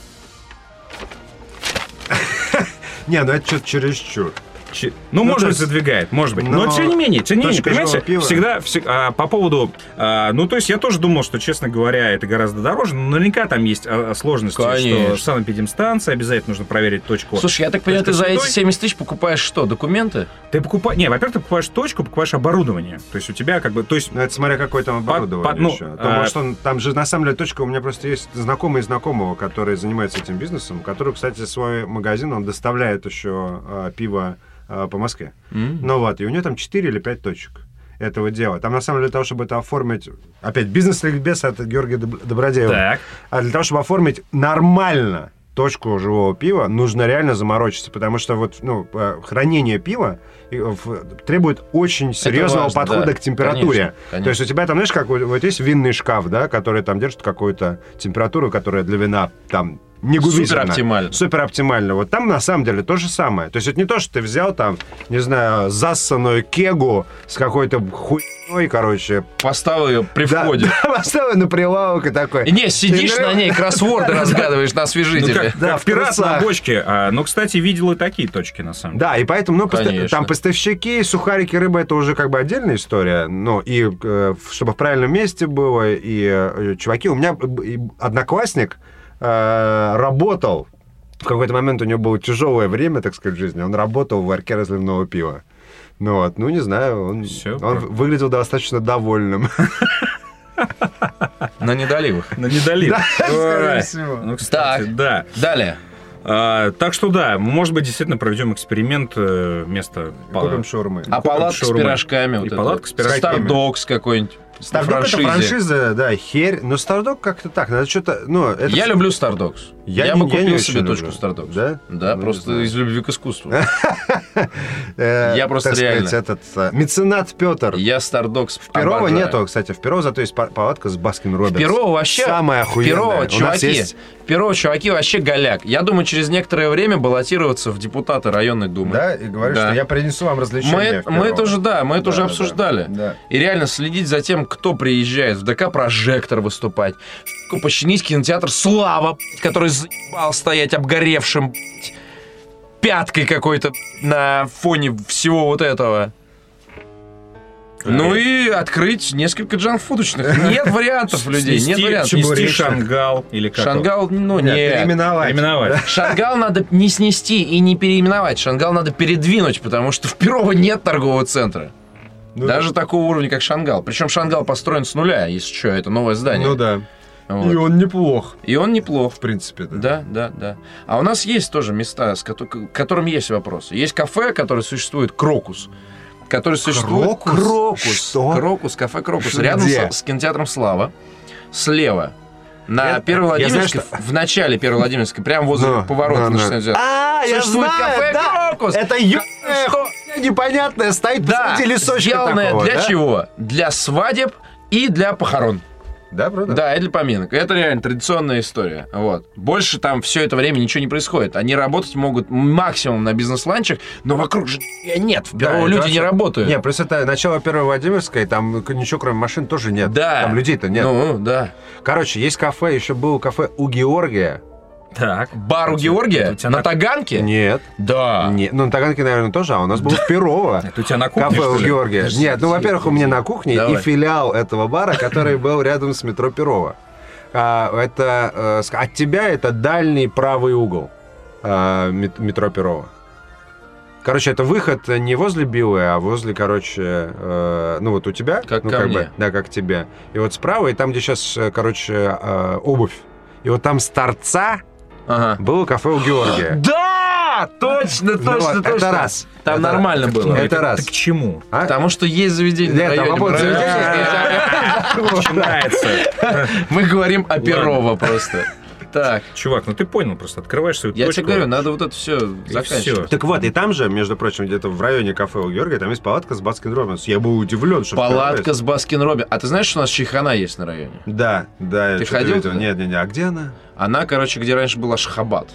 Speaker 3: Не, ну это что-то чересчур.
Speaker 2: Чи- Ну,
Speaker 3: Ну,
Speaker 2: может
Speaker 3: то есть-
Speaker 2: быть, задвигает, может быть. Но,
Speaker 3: Но
Speaker 2: тем не менее, тем не менее,
Speaker 3: точка
Speaker 2: понимаете,
Speaker 3: живого пива.
Speaker 2: всегда, всег- а, по поводу... а, ну, то есть я тоже думал, что, честно говоря, это гораздо дороже, но наверняка там есть а, сложности, что
Speaker 1: Конечно.
Speaker 2: санэпидемстанция, обязательно нужно проверить точку. А.
Speaker 1: Слушай, я так понимаю,
Speaker 2: Точка
Speaker 1: ты за
Speaker 2: святой?
Speaker 1: эти 70 тысяч покупаешь что, документы?
Speaker 2: Ты покупаешь... Не, во-первых, ты покупаешь точку, покупаешь оборудование. То есть у тебя как бы... То есть
Speaker 3: Ну, это смотря какое там
Speaker 2: Под-
Speaker 3: оборудование
Speaker 2: под- ну,
Speaker 3: еще.
Speaker 2: э,
Speaker 3: Потому что он- там же, на самом деле, точка, у меня просто есть знакомые знакомого, который занимается этим бизнесом, который, кстати, свой магазин, он доставляет еще э, пиво э, по Москве.
Speaker 1: М.
Speaker 3: Ну вот, и у нее там 4 или 5 точек этого дела. Там, на самом деле, для того, чтобы это оформить... Опять, бизнес-ликбез от Георгия Доб- Добродеева.
Speaker 2: так.
Speaker 3: А для того, чтобы оформить нормально точку живого пива, нужно реально заморочиться, потому что вот ну, э, хранение пива э, в- требует очень серьезного
Speaker 1: важно,
Speaker 3: подхода
Speaker 1: да.
Speaker 3: к температуре.
Speaker 1: Конечно, конечно.
Speaker 3: То есть у тебя там, знаешь, как вот- вот есть винный шкаф, да, который там держит какую-то температуру, которая для вина там не губительна.
Speaker 1: Супероптимально.
Speaker 3: Супер оптимально. Вот там на самом деле то же самое. То есть это не то, что ты взял там, не знаю, зассанную кегу с какой-то хуйной, короче.
Speaker 1: Поставил ее при
Speaker 3: Да,
Speaker 1: входе.
Speaker 3: да, поставил на прилавок и такой.
Speaker 1: И Не, сидишь
Speaker 3: Ты
Speaker 1: на ней, кроссворды разгадываешь на
Speaker 2: Ну,
Speaker 1: освежителе.
Speaker 2: как,
Speaker 3: Да,
Speaker 2: как
Speaker 3: в
Speaker 2: пират на
Speaker 3: трусах.
Speaker 2: бочке. А, но, кстати, видел и такие точки, на самом деле.
Speaker 3: Да, и поэтому, ну, поста-
Speaker 1: Конечно.
Speaker 3: там поставщики, сухарики, рыба это уже как бы отдельная история. Ну, и э, в- чтобы в правильном месте было, и э, чуваки, у меня б- и одноклассник э, работал. В какой-то момент у него было тяжелое время, так сказать, в жизни. Он работал в арке разливного пива. Ну вот, ну не знаю, он,
Speaker 2: Всё,
Speaker 3: он
Speaker 2: правда.
Speaker 3: выглядел достаточно довольным.
Speaker 1: На недоливых.
Speaker 2: На недолит.
Speaker 3: Скорее всего.
Speaker 2: Ну, кстати,
Speaker 1: Так.
Speaker 2: да.
Speaker 1: Далее.
Speaker 2: А, так что да, может быть, действительно проведем эксперимент э, вместо
Speaker 3: Купим шаурмы.
Speaker 1: А
Speaker 2: Купим
Speaker 1: палатка с
Speaker 2: шаурмы.
Speaker 1: пирожками.
Speaker 2: И
Speaker 1: вот это
Speaker 2: палатка
Speaker 1: вот.
Speaker 2: с пирожками.
Speaker 1: Стардокс какой-нибудь.
Speaker 3: Стардок это
Speaker 1: Франшизе.
Speaker 3: франшиза, да, херь. Но Стардок как-то так, надо что-то, ну, это...
Speaker 1: Я люблю Стардокс. Я,
Speaker 3: не-
Speaker 1: бы
Speaker 3: не
Speaker 1: купил
Speaker 3: очень
Speaker 1: себе
Speaker 3: люблю.
Speaker 1: точку Стардокс.
Speaker 3: Да?
Speaker 1: Да,
Speaker 3: Ну, не
Speaker 1: просто
Speaker 3: знаю.
Speaker 1: из любви к искусству.
Speaker 3: Э,
Speaker 1: Я просто
Speaker 3: так
Speaker 1: реально.
Speaker 3: Сказать, этот э, меценат Петр.
Speaker 1: Я Стардокс
Speaker 3: В Перово
Speaker 1: обожаю.
Speaker 3: нету, кстати. В Перово зато есть па- палатка с Баскин Робертс.
Speaker 1: Перово вообще...
Speaker 3: Самая
Speaker 1: в
Speaker 3: охуенная. У
Speaker 1: Перово,
Speaker 3: нас
Speaker 1: чуваки,
Speaker 3: есть-
Speaker 1: в Перово, чуваки, вообще голяк. Я думаю, через некоторое время баллотироваться в депутаты районной думы.
Speaker 3: Да, и говорю,
Speaker 1: Да.
Speaker 3: что я принесу вам развлечения
Speaker 1: Мы,
Speaker 3: в
Speaker 1: это-
Speaker 3: Перово.
Speaker 1: мы это уже, да, мы это
Speaker 3: Да,
Speaker 1: уже
Speaker 3: да, да.
Speaker 1: обсуждали.
Speaker 3: Да.
Speaker 1: И реально следить за тем, кто приезжает в ДК «Прожектор» выступать. Ку- Починить кинотеатр «Слава», блядь, который заебал стоять обгоревшим блядь, пяткой какой-то блядь, на фоне всего вот этого. Ну и открыть несколько джанкфудочных. Нет вариантов, людей, нет
Speaker 2: Снести
Speaker 1: вариантов.
Speaker 2: чебуреки,
Speaker 3: Нести
Speaker 2: шангал или как
Speaker 1: Шангал, ну
Speaker 3: Нет,
Speaker 1: не.
Speaker 3: переименовать.
Speaker 2: Переименовать.
Speaker 1: Шангал надо не снести и не переименовать. Шангал надо передвинуть, потому что в Перово нет торгового центра.
Speaker 3: Ну,
Speaker 1: Даже такого уровня, как Шангал. Причем Шангал построен с нуля, если что, это новое здание.
Speaker 3: Ну да.
Speaker 1: Вот.
Speaker 3: И он неплох,
Speaker 1: И он неплох.
Speaker 3: в принципе.
Speaker 1: Да,
Speaker 3: Да.
Speaker 1: да, да. А у нас есть тоже места, с кото- к которым есть вопросы. Есть кафе, которое существует, Крокус. Который существует...
Speaker 3: Крокус?
Speaker 1: Крокус.
Speaker 3: Что?
Speaker 1: Крокус, кафе Крокус.
Speaker 3: Что,
Speaker 1: Рядом
Speaker 3: где?
Speaker 1: с, с кинотеатром Слава. Слева. На
Speaker 3: Я-
Speaker 1: Первой
Speaker 3: я знаю,
Speaker 1: Владимирской, в начале Первой Владимирской, прямо возле
Speaker 3: Да,
Speaker 1: поворота
Speaker 3: да, да.
Speaker 1: начинают делать.
Speaker 3: Ну, А, я
Speaker 1: Существует кафе
Speaker 3: знаю, да.
Speaker 1: Крокус.
Speaker 3: Это ебаная
Speaker 1: Что?
Speaker 3: хуйня непонятная стоит
Speaker 1: Да,
Speaker 3: посреди лесочка
Speaker 1: сделанное
Speaker 3: такого,
Speaker 1: для
Speaker 3: да?
Speaker 1: чего? Для свадеб и для похорон.
Speaker 3: Да, правда?
Speaker 1: Да, и для поминок. Это реально традиционная история. Вот. Больше там все это время ничего не происходит. Они работать могут максимум на бизнес-ланчах, но вокруг же нихуя нет. В
Speaker 3: Да,
Speaker 1: Белово
Speaker 3: это
Speaker 1: люди
Speaker 3: вообще-
Speaker 1: не работают.
Speaker 3: Не, плюс это начало Первой Владимирской, там к- ничего кроме машин тоже нет.
Speaker 1: Да.
Speaker 3: Там людей-то нет.
Speaker 1: Ну, да.
Speaker 3: Короче, есть кафе, еще было кафе у Георгия.
Speaker 2: Так.
Speaker 1: Бар у
Speaker 2: Это-
Speaker 1: Георгия?
Speaker 2: это у тебя
Speaker 1: на
Speaker 2: на-
Speaker 1: Таганке?
Speaker 3: Нет.
Speaker 1: Да.
Speaker 3: Не- ну, на Таганке, наверное, тоже, а у нас был в Перово.
Speaker 2: Это у тебя на кухне,
Speaker 3: Кафе
Speaker 2: что
Speaker 3: у
Speaker 2: ли?
Speaker 3: Георгия.
Speaker 1: Подожди,
Speaker 3: Нет, ну,
Speaker 1: подожди,
Speaker 3: во-первых, у меня на кухне
Speaker 1: Давай.
Speaker 3: и филиал этого бара, который был рядом с метро Перово. А, Это э, ск- от тебя это дальний правый угол а, мет- метро Перово. Короче, это выход не возле Билы, а возле, короче, э, ну вот у тебя.
Speaker 1: Как
Speaker 3: ну,
Speaker 1: ко
Speaker 3: как
Speaker 1: мне.
Speaker 3: бы, да, как к тебе. И вот справа, и там, где сейчас, короче, э, обувь. И вот там с торца
Speaker 1: Ага.
Speaker 3: было кафе у Георгия.
Speaker 1: Да! Точно,
Speaker 3: Ну
Speaker 1: точно,
Speaker 3: вот,
Speaker 1: точно.
Speaker 3: Это раз.
Speaker 1: Там
Speaker 3: Это
Speaker 1: нормально было.
Speaker 2: Смотри,
Speaker 3: Это
Speaker 2: ты-
Speaker 3: раз.
Speaker 2: Ты к чему?
Speaker 3: А?
Speaker 1: Потому что есть заведение
Speaker 3: Нет,
Speaker 1: на
Speaker 3: там
Speaker 1: районе.
Speaker 3: работает
Speaker 1: Правильно.
Speaker 2: Начинается.
Speaker 1: Мы говорим о Перово просто. Так,
Speaker 2: Чувак, ну ты понял просто, открываешь свою
Speaker 1: я
Speaker 2: точку.
Speaker 1: тебе говорю, надо вот это все
Speaker 2: и всё.
Speaker 1: заканчивать.
Speaker 3: Так вот, и там же, между прочим, где-то в районе кафе у Георгия, там есть палатка с баскин робинс Я был удивлен, что... в
Speaker 1: Палатка
Speaker 3: первый
Speaker 1: с Баскин Робби. А ты знаешь, что у нас чайхана есть на районе?
Speaker 3: раз- Да, да. я
Speaker 1: Ты
Speaker 3: что-то
Speaker 1: ходил
Speaker 3: видел.
Speaker 1: туда?
Speaker 3: Нет, нет, нет. А где она?
Speaker 1: Она, короче, где раньше была Шахабад.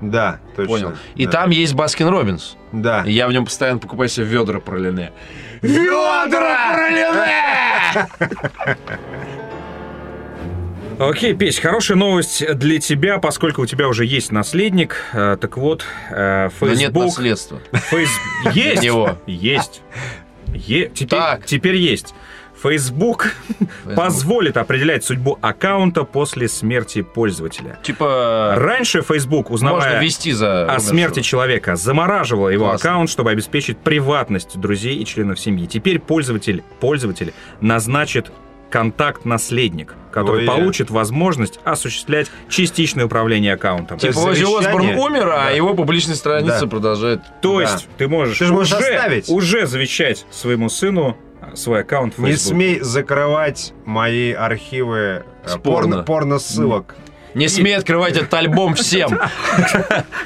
Speaker 3: Да, точно.
Speaker 1: Понял. И
Speaker 3: да.
Speaker 1: там есть Баскин Робинс.
Speaker 3: Да.
Speaker 1: И я в нем постоянно покупаю себе ведра пролине. Ведра пролине!
Speaker 2: Окей, Песь, хорошая новость для тебя, поскольку у тебя уже есть наследник. Э, Так вот, э,
Speaker 1: Но нет
Speaker 2: Facebook...
Speaker 1: наследства.
Speaker 2: Фейс- Есть!
Speaker 1: него.
Speaker 2: Есть. Е- Теперь
Speaker 1: Так.
Speaker 2: теперь есть. Facebook позволит определять судьбу аккаунта после смерти пользователя.
Speaker 1: Типа,
Speaker 2: Раньше Facebook,
Speaker 1: можно
Speaker 2: узнавая
Speaker 1: вести за...
Speaker 2: о
Speaker 1: умершего.
Speaker 2: смерти человека, замораживала его
Speaker 1: Классно.
Speaker 2: аккаунт, чтобы обеспечить приватность друзей и членов семьи. Теперь пользователь, пользователь назначит контакт-наследник, который
Speaker 3: Ой.
Speaker 2: получит возможность осуществлять частичное управление аккаунтом.
Speaker 3: То
Speaker 1: Типа Ози
Speaker 3: есть
Speaker 1: Осборн
Speaker 3: завещание?
Speaker 1: умер, а
Speaker 3: Да.
Speaker 1: его публичная страница
Speaker 3: Да.
Speaker 1: продолжает...
Speaker 2: То
Speaker 3: Да.
Speaker 2: есть ты можешь,
Speaker 3: Ты же можешь
Speaker 2: уже,
Speaker 3: оставить.
Speaker 2: уже завещать своему сыну а, свой аккаунт в
Speaker 3: Не
Speaker 2: Facebook.
Speaker 3: смей закрывать мои архивы
Speaker 1: С
Speaker 3: э, порно-
Speaker 1: порно.
Speaker 3: порно-ссылок.
Speaker 1: Не смей открывать этот альбом всем.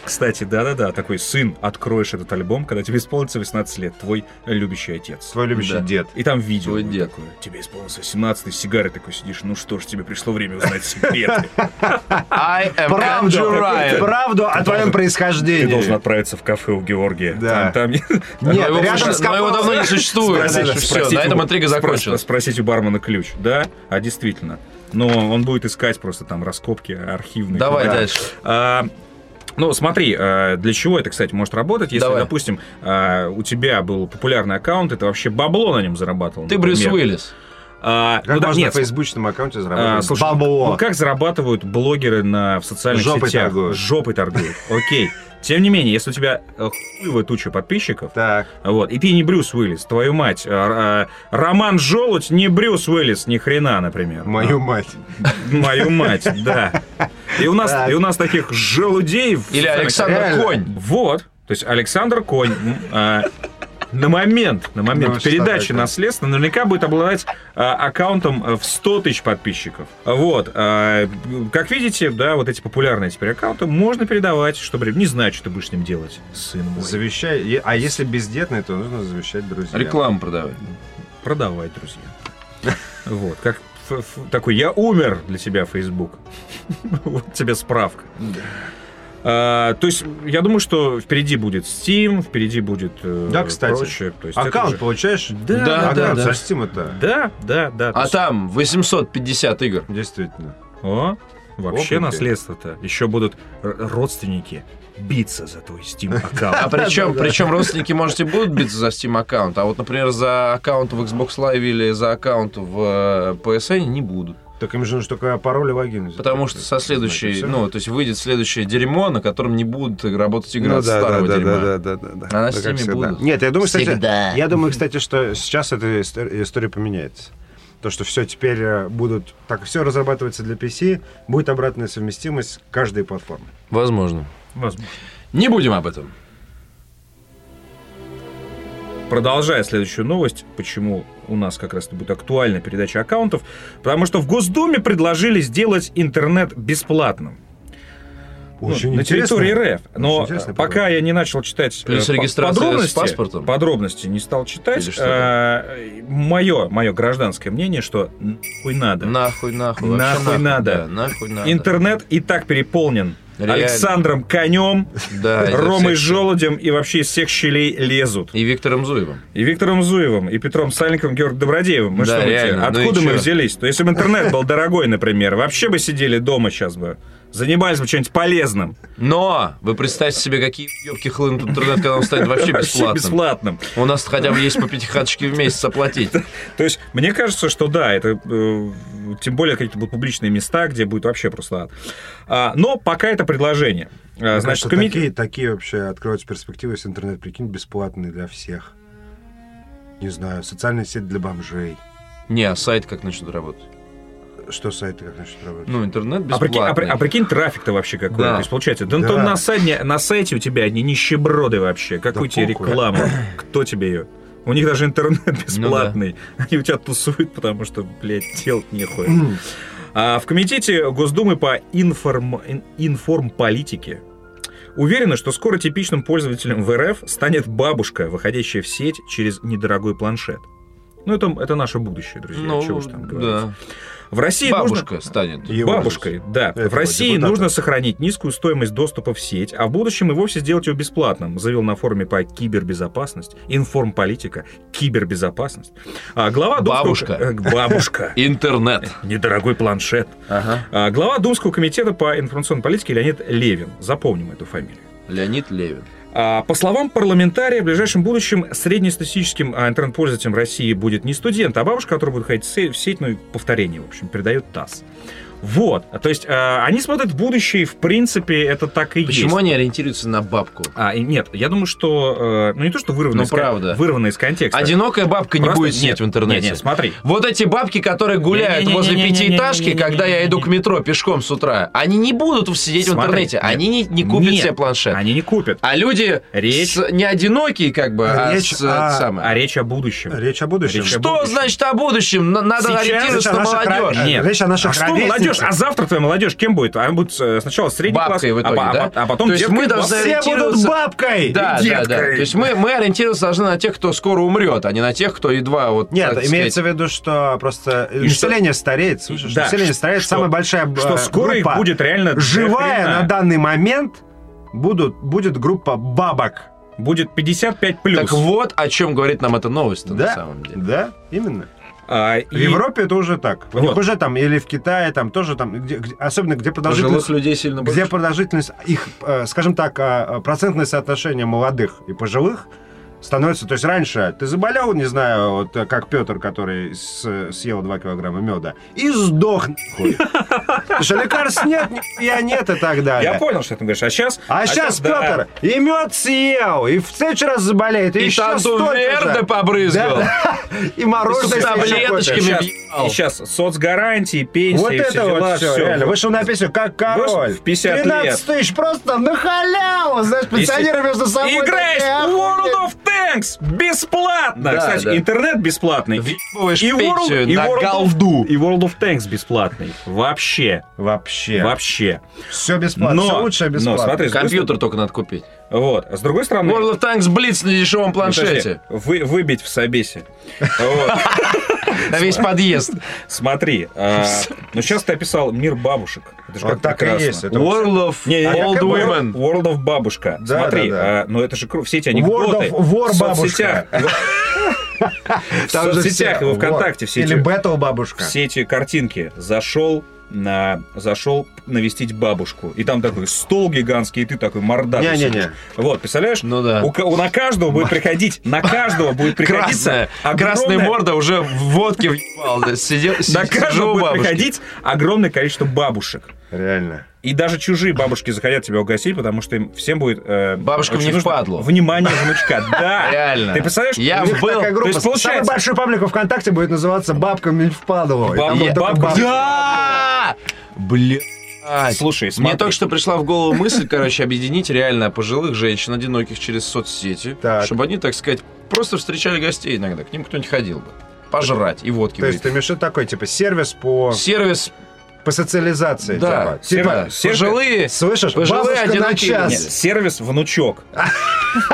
Speaker 2: Кстати, да-да-да, такой сын, откроешь этот альбом, когда тебе исполнится 18 лет, твой любящий отец.
Speaker 3: Свой любящий
Speaker 1: Да.
Speaker 3: дед.
Speaker 2: И там видео
Speaker 1: Твой
Speaker 2: будет
Speaker 1: дед.
Speaker 2: такое. Тебе исполнилось 18, ты с сигарой такой сидишь. Ну что ж, тебе пришло время узнать секреты.
Speaker 1: I am
Speaker 3: Правду,
Speaker 1: Andrew Ryan.
Speaker 3: правду о твоем
Speaker 2: должен- Ты должен
Speaker 3: происхождении.
Speaker 2: отправиться в кафе у Георгия.
Speaker 3: Да.
Speaker 2: Там, там-
Speaker 1: Но
Speaker 3: Нет,
Speaker 1: его,
Speaker 3: рядом
Speaker 1: уже-
Speaker 3: с
Speaker 1: но его
Speaker 3: Кавказом-
Speaker 1: давно не существует.
Speaker 3: Спросить-
Speaker 1: Все, на этом
Speaker 2: у-
Speaker 1: интрига
Speaker 2: спро-
Speaker 1: закончилась.
Speaker 2: Спросить у бармена ключ. Да? А действительно. Но он будет искать просто там раскопки архивные.
Speaker 1: Давай
Speaker 2: Да.
Speaker 1: дальше.
Speaker 2: А, ну, смотри, а, для чего это, кстати, может работать, если,
Speaker 1: Давай.
Speaker 2: допустим, а, у тебя был популярный аккаунт, и ты вообще бабло на нем зарабатывал.
Speaker 1: Ты Брюс
Speaker 2: например.
Speaker 1: Уиллис.
Speaker 2: А,
Speaker 3: Как
Speaker 2: ну да,
Speaker 3: можно на
Speaker 2: нет,
Speaker 3: фейсбучном аккаунте
Speaker 2: а,
Speaker 3: заработать?
Speaker 2: слушай,
Speaker 3: Бабло.
Speaker 2: ну как зарабатывают блогеры на, в социальных
Speaker 3: Жопой
Speaker 2: сетях?
Speaker 3: торгуют.
Speaker 2: Жопой торгуют. Окей. Тем не менее, если у тебя э, хуевая туча подписчиков,
Speaker 3: Так,
Speaker 2: вот, и ты не Брюс Уиллис, твою мать, а, а, Роман Желудь не Брюс Уиллис, ни хрена, например. А,
Speaker 3: мою мать.
Speaker 2: Мою мать, да. И у нас,
Speaker 3: Так.
Speaker 2: и у нас таких желудей... в
Speaker 1: Или
Speaker 2: социальных
Speaker 1: Александр
Speaker 3: реально.
Speaker 1: Конь.
Speaker 2: вот. То есть Александр Конь м, а, на момент, на момент
Speaker 3: Ну, что
Speaker 2: передачи
Speaker 3: такое?
Speaker 2: наследства наверняка будет обладать а, аккаунтом а, в 100 тысяч подписчиков. Вот. а, как видите, да, вот эти популярные теперь аккаунты можно передавать, чтобы... Не знаю, что ты будешь с ним делать, сын мой.
Speaker 3: Завещай. Е- А если бездетный, то нужно завещать друзьям.
Speaker 1: Рекламу продавай.
Speaker 2: Продавай, друзья. Вот. Как ф- ф- такой, я умер для тебя, Facebook. Вот тебе справка. А, то есть, я думаю, что впереди будет Steam, впереди будет э,
Speaker 3: Да, кстати.
Speaker 2: прочее. То есть, это
Speaker 3: Аккаунт
Speaker 2: уже-
Speaker 3: получаешь?
Speaker 2: Да,
Speaker 1: Да,
Speaker 2: да, да.
Speaker 3: Аккаунт со
Speaker 2: Да,
Speaker 3: Steam-то.
Speaker 2: да, да. То
Speaker 1: А
Speaker 2: есть-
Speaker 1: там 850 игр.
Speaker 3: Действительно.
Speaker 2: О, вообще
Speaker 3: Опаньки.
Speaker 2: наследство-то. Еще будут р- родственники биться за твой
Speaker 1: А
Speaker 2: Steam-аккаунт.
Speaker 1: причем, причем родственники, можете, будут биться за Steam аккаунт, а вот, например, за аккаунт в Xbox Live или за аккаунт в э, PSN не будут.
Speaker 3: Так им же нужно только пароль и логин. взять.
Speaker 1: Потому что со
Speaker 3: Знаете,
Speaker 1: следующей,
Speaker 3: всё.
Speaker 1: ну, то есть выйдет следующее дерьмо, на котором не будут работать игры
Speaker 3: Ну
Speaker 1: от
Speaker 3: да,
Speaker 1: старого
Speaker 3: да, да,
Speaker 1: дерьма.
Speaker 3: да, да, да, да.
Speaker 1: А на
Speaker 3: Ну, как
Speaker 1: Steam
Speaker 3: всегда.
Speaker 1: будут.
Speaker 3: Нет, я думаю, кстати,
Speaker 1: Всегда.
Speaker 3: я думаю, кстати, что сейчас эта истор- история поменяется. То, что все теперь э, будут, так все разрабатывается для PC, будет обратная совместимость каждой платформы.
Speaker 1: Возможно.
Speaker 2: Возможно.
Speaker 1: Не будем об этом.
Speaker 2: Продолжая следующую новость, почему у нас как раз будет актуальна передача аккаунтов, потому что в Госдуме предложили сделать интернет бесплатным. Ну, на территории РФ. Но
Speaker 3: Очень интересно,
Speaker 2: пока я не начал читать э,
Speaker 1: Плюс
Speaker 2: по-
Speaker 1: регистрация с
Speaker 2: подробности,
Speaker 1: паспортом?
Speaker 2: подробности не стал читать,
Speaker 1: Или что
Speaker 2: мое, мое гражданское мнение, что нахуй надо.
Speaker 1: Нахуй, нахуй. вообще
Speaker 2: Нахуй надо.
Speaker 1: Да, нахуй надо.
Speaker 2: Интернет и так переполнен
Speaker 1: Реально.
Speaker 2: Александром Конем,
Speaker 1: Да, это
Speaker 2: Ромой
Speaker 1: всех-
Speaker 2: Желудем и вообще из всех щелей лезут.
Speaker 1: И Виктором Зуевым.
Speaker 2: И Виктором Зуевым, и Петром Сальниковым, Георгом Добродеевым. Мы
Speaker 1: Да,
Speaker 2: что, мы
Speaker 1: реально.
Speaker 2: те-
Speaker 1: Ну и
Speaker 2: откуда мы
Speaker 1: чё?
Speaker 2: взялись? То если бы интернет был дорогой, например, вообще бы сидели дома сейчас бы. Занимались бы чем-нибудь полезным.
Speaker 1: Но вы представьте себе, какие ёбки хлынут в интернет, когда он станет вообще
Speaker 2: Вообще
Speaker 1: бесплатным.
Speaker 2: бесплатным.
Speaker 1: У нас хотя бы есть по пятихаточке в месяц оплатить.
Speaker 2: То есть, мне кажется, что да, это э, тем более какие-то будут публичные места, где будет вообще просто ад. А, но пока это предложение. А, значит,
Speaker 3: Значит,
Speaker 2: комитет...
Speaker 3: такие, такие вообще откроются перспективы, если интернет, прикинь, бесплатный для всех. Не знаю, социальная сеть для бомжей.
Speaker 1: Не, а сайт как начнут работать?
Speaker 3: Что сайты как начнут работать?
Speaker 1: Ну, интернет
Speaker 2: А прикинь, а при- а
Speaker 1: бесплатный.
Speaker 2: прикинь, трафик-то вообще какой.
Speaker 1: Да.
Speaker 2: То есть, получается, да, то
Speaker 3: Да.
Speaker 2: на, сайте, на сайте у тебя одни нищеброды вообще. Какую тебе
Speaker 3: похуй.
Speaker 2: рекламу? Кто тебе ее? У них даже
Speaker 1: Ну
Speaker 2: интернет бесплатный. Они у тебя тусуют, потому что, блядь, делать нехуй. А в комитете Госдумы по информ... ин- информполитике уверены, что скоро типичным пользователем в РФ станет бабушка, выходящая в сеть через недорогой планшет. Ну, это, это наше будущее, друзья. Чего
Speaker 1: Ну,
Speaker 2: уж там говорить.
Speaker 1: да.
Speaker 2: В России нужно...
Speaker 1: Бабушка станет.
Speaker 3: И
Speaker 2: Бабушкой, да.
Speaker 3: Этого
Speaker 2: в России
Speaker 3: депутата.
Speaker 2: нужно сохранить низкую стоимость доступа в сеть, а в будущем и вовсе сделать ее бесплатным, завел на форуме по кибербезопасность, информполитика, кибербезопасность. А, глава
Speaker 1: Бабушка.
Speaker 2: Думского- э, Бабушка.
Speaker 1: Интернет.
Speaker 2: Недорогой планшет.
Speaker 1: Ага.
Speaker 2: А, глава Думского комитета по информационной политике Леонид Левин. Запомним эту фамилию.
Speaker 1: Леонид Левин.
Speaker 2: А, А, По словам парламентария, в ближайшем будущем среднестатистическим а, интернет-пользователем России будет не студент, а бабушка, которая будет ходить в се- в сеть, ну и повторение, в общем, передает ТАСС. Вот, то есть а, они смотрят в будущее, и, в принципе, это так и
Speaker 1: Почему
Speaker 2: есть.
Speaker 1: они ориентируются на бабку?
Speaker 2: А, и нет, я думаю, что... э, ну, не то, что вырвано,
Speaker 1: Ну,
Speaker 2: из, кон-
Speaker 1: правда.
Speaker 2: вырвано из контекста.
Speaker 1: Одинокая бабка не
Speaker 2: Просто
Speaker 1: будет сидеть в
Speaker 2: Нет,
Speaker 1: интернете.
Speaker 2: нет, смотри.
Speaker 1: Вот эти бабки, которые гуляют
Speaker 2: Не-не-не-не-не-не-не-не-не-не-не-не.
Speaker 1: возле пятиэтажки, когда я иду к метро пешком с утра, они не будут сидеть в
Speaker 2: Смотри,
Speaker 1: интернете,
Speaker 2: нет.
Speaker 1: они не, не купят
Speaker 2: Нет.
Speaker 1: себе планшет.
Speaker 2: Они не купят.
Speaker 1: А люди
Speaker 2: Речь-
Speaker 1: с- не одинокие, как бы, а
Speaker 3: Речь
Speaker 1: с-
Speaker 3: о-
Speaker 1: самое.
Speaker 2: А речь о будущем.
Speaker 3: Речь о будущем.
Speaker 2: Речь о
Speaker 1: Что
Speaker 2: будущем.
Speaker 1: значит о будущем? Н- Надо
Speaker 2: Сейчас
Speaker 1: ориентироваться
Speaker 3: это
Speaker 1: на
Speaker 3: наша кра-
Speaker 1: молодежь.
Speaker 2: Нет.
Speaker 3: Э, Речь о наших
Speaker 2: а что
Speaker 3: ровесницах.
Speaker 2: молодежь? А завтра твоя молодежь кем будет? Она будет э, сначала средний
Speaker 1: Бабкой в
Speaker 2: класс, а
Speaker 1: итоге,
Speaker 2: по- а,
Speaker 1: да?
Speaker 2: по- а потом
Speaker 1: То есть
Speaker 2: детский
Speaker 1: мы
Speaker 2: класс.
Speaker 1: должны
Speaker 3: Все будут
Speaker 1: ориентироваться-
Speaker 3: бабкой!
Speaker 1: Да,
Speaker 2: И
Speaker 1: да, да. То
Speaker 2: деткой.
Speaker 1: есть мы, мы ориентироваться должны на тех, кто скоро умрет, а не на тех, кто едва вот.
Speaker 3: Нет,
Speaker 1: так сказать,
Speaker 3: имеется в виду, что просто
Speaker 2: И
Speaker 3: население стареет, слышишь?
Speaker 2: Да,
Speaker 3: население
Speaker 2: что-
Speaker 3: стареет,
Speaker 2: что-
Speaker 3: самая большая э,
Speaker 2: Что скоро их
Speaker 3: группа
Speaker 2: будет реально
Speaker 3: живая
Speaker 2: дохрена.
Speaker 3: на данный момент будут, будет группа бабок.
Speaker 2: Будет 55 плюс.
Speaker 1: Так вот, о чем говорит нам эта новость на
Speaker 3: Да,
Speaker 1: самом деле.
Speaker 3: да, именно.
Speaker 2: А, и-
Speaker 3: В Европе это уже так. У
Speaker 2: Вот.
Speaker 3: них уже там, или в Китае, там тоже там, где- где- особенно где продолжительность...
Speaker 1: Пожилых людей сильно больше.
Speaker 3: Где продолжительность их, э, скажем так, э, э, процентное соотношение молодых и пожилых становится, то есть раньше ты заболел, не знаю, вот э, как Петр, который с- съел 2 килограмма меда, и сдох нахуй. Потому что лекарств нет, я нет и так далее.
Speaker 2: Я понял, что ты говоришь. А сейчас...
Speaker 3: А сейчас
Speaker 2: да.
Speaker 3: Петр и мед съел, и в следующий раз заболеет, и,
Speaker 1: И
Speaker 3: еще
Speaker 1: Шанту
Speaker 3: столько
Speaker 1: Верде
Speaker 3: же.
Speaker 1: побрызгал.
Speaker 3: Да, да. И
Speaker 1: И
Speaker 3: мороженое.
Speaker 1: с
Speaker 3: себе какое-то.
Speaker 1: таблеточками.
Speaker 2: Сейчас,
Speaker 1: въебал.
Speaker 2: и сейчас соцгарантии, пенсии,
Speaker 3: Вот это
Speaker 2: все
Speaker 3: вот
Speaker 2: дела,
Speaker 3: все,
Speaker 2: всё.
Speaker 3: реально. Вышел на песню как король.
Speaker 2: Вышел в 50 лет.
Speaker 3: 13 тысяч просто на халяву, знаешь,
Speaker 2: Если-
Speaker 3: пенсионеры между собой.
Speaker 2: Играй
Speaker 3: такие,
Speaker 2: в World
Speaker 3: охуеть.
Speaker 2: of Tanks бесплатно!
Speaker 1: Да,
Speaker 2: Кстати,
Speaker 1: да.
Speaker 2: интернет бесплатный.
Speaker 1: Въебываешь
Speaker 2: И
Speaker 1: пенсию
Speaker 2: World, и
Speaker 1: на
Speaker 2: World
Speaker 1: голду.
Speaker 2: Of, и World of Tanks бесплатный. Вообще.
Speaker 3: Вообще.
Speaker 2: Вообще.
Speaker 3: Все бесплатно.
Speaker 2: Но-
Speaker 3: все лучшее
Speaker 2: но,
Speaker 3: бесплатно.
Speaker 2: смотри,
Speaker 1: Компьютер только надо купить.
Speaker 2: Вот. А С другой стороны...
Speaker 1: World of Tanks Blitz на дешевом планшете.
Speaker 2: Подожди, Вы, выбить в собесе. Вот.
Speaker 1: На весь подъезд.
Speaker 2: Смотри, а, ну сейчас ты описал мир бабушек. Это же
Speaker 3: Вот
Speaker 2: как
Speaker 3: так и
Speaker 2: прекрасно.
Speaker 3: есть, это
Speaker 1: World of
Speaker 2: Не, не, не.
Speaker 1: Old
Speaker 3: как бы-
Speaker 1: Women.
Speaker 2: World of бабушка.
Speaker 3: Да,
Speaker 2: Смотри,
Speaker 3: да, да.
Speaker 2: а, ну это же круто. Все эти
Speaker 3: World
Speaker 2: анекдоты.
Speaker 3: of War
Speaker 2: в
Speaker 3: бабушка.
Speaker 2: соцсетях. В
Speaker 3: Там же
Speaker 2: соцсетях
Speaker 3: все.
Speaker 2: и во ВКонтакте
Speaker 3: Вот.
Speaker 2: все
Speaker 3: Или
Speaker 2: эти-
Speaker 3: Battle бабушка.
Speaker 2: все эти картинки. Зашел на зашел навестить бабушку. И там такой стол гигантский, и ты такой мордатый.
Speaker 3: Не-не-не.
Speaker 2: сидишь. Вот, представляешь?
Speaker 1: Ну да.
Speaker 2: У, ка- у- на каждого будет приходить, на каждого будет
Speaker 1: Красная.
Speaker 2: приходиться
Speaker 1: Красный
Speaker 2: огромное-
Speaker 1: морда уже в водке въебал. да, Сидел,
Speaker 2: На
Speaker 1: сидел
Speaker 2: каждого
Speaker 1: у
Speaker 2: будет
Speaker 1: бабушки.
Speaker 2: приходить огромное количество бабушек.
Speaker 3: Реально.
Speaker 2: И даже чужие бабушки захотят тебя угостить, потому что им всем будет... э,
Speaker 1: Бабушкам
Speaker 2: очень
Speaker 1: не
Speaker 2: нужно
Speaker 1: впадло.
Speaker 2: Внимание внучка, да.
Speaker 1: Реально.
Speaker 2: Ты представляешь?
Speaker 1: Я
Speaker 3: У
Speaker 2: у них
Speaker 3: них
Speaker 1: был-
Speaker 3: такая
Speaker 2: то
Speaker 3: группа.
Speaker 2: есть получается-
Speaker 3: Самая большая паблика ВКонтакте будет называться «Бабка Мельфпадова». И там
Speaker 2: Бабка-
Speaker 3: будут только
Speaker 2: бабка-
Speaker 3: бабки.
Speaker 1: Да! Бля.
Speaker 2: Слушай,
Speaker 1: Мне
Speaker 2: смотри.
Speaker 1: только что пришла в голову мысль, короче, объединить реально пожилых женщин, одиноких через соцсети,
Speaker 3: Так.
Speaker 1: чтобы они, так сказать, просто встречали гостей иногда. К ним кто-нибудь ходил бы. Пожрать и водки
Speaker 3: То есть
Speaker 1: выпить.
Speaker 3: ты Миша такой, типа, сервис по,
Speaker 1: Сервис,
Speaker 3: по социализации.
Speaker 1: да.
Speaker 3: типа. Типа,
Speaker 1: Сервис. Пожилые,
Speaker 3: Слышишь,
Speaker 1: Пожилые
Speaker 3: бабушка на
Speaker 1: одинокие
Speaker 2: Нет,
Speaker 3: час.
Speaker 2: сервис внучок.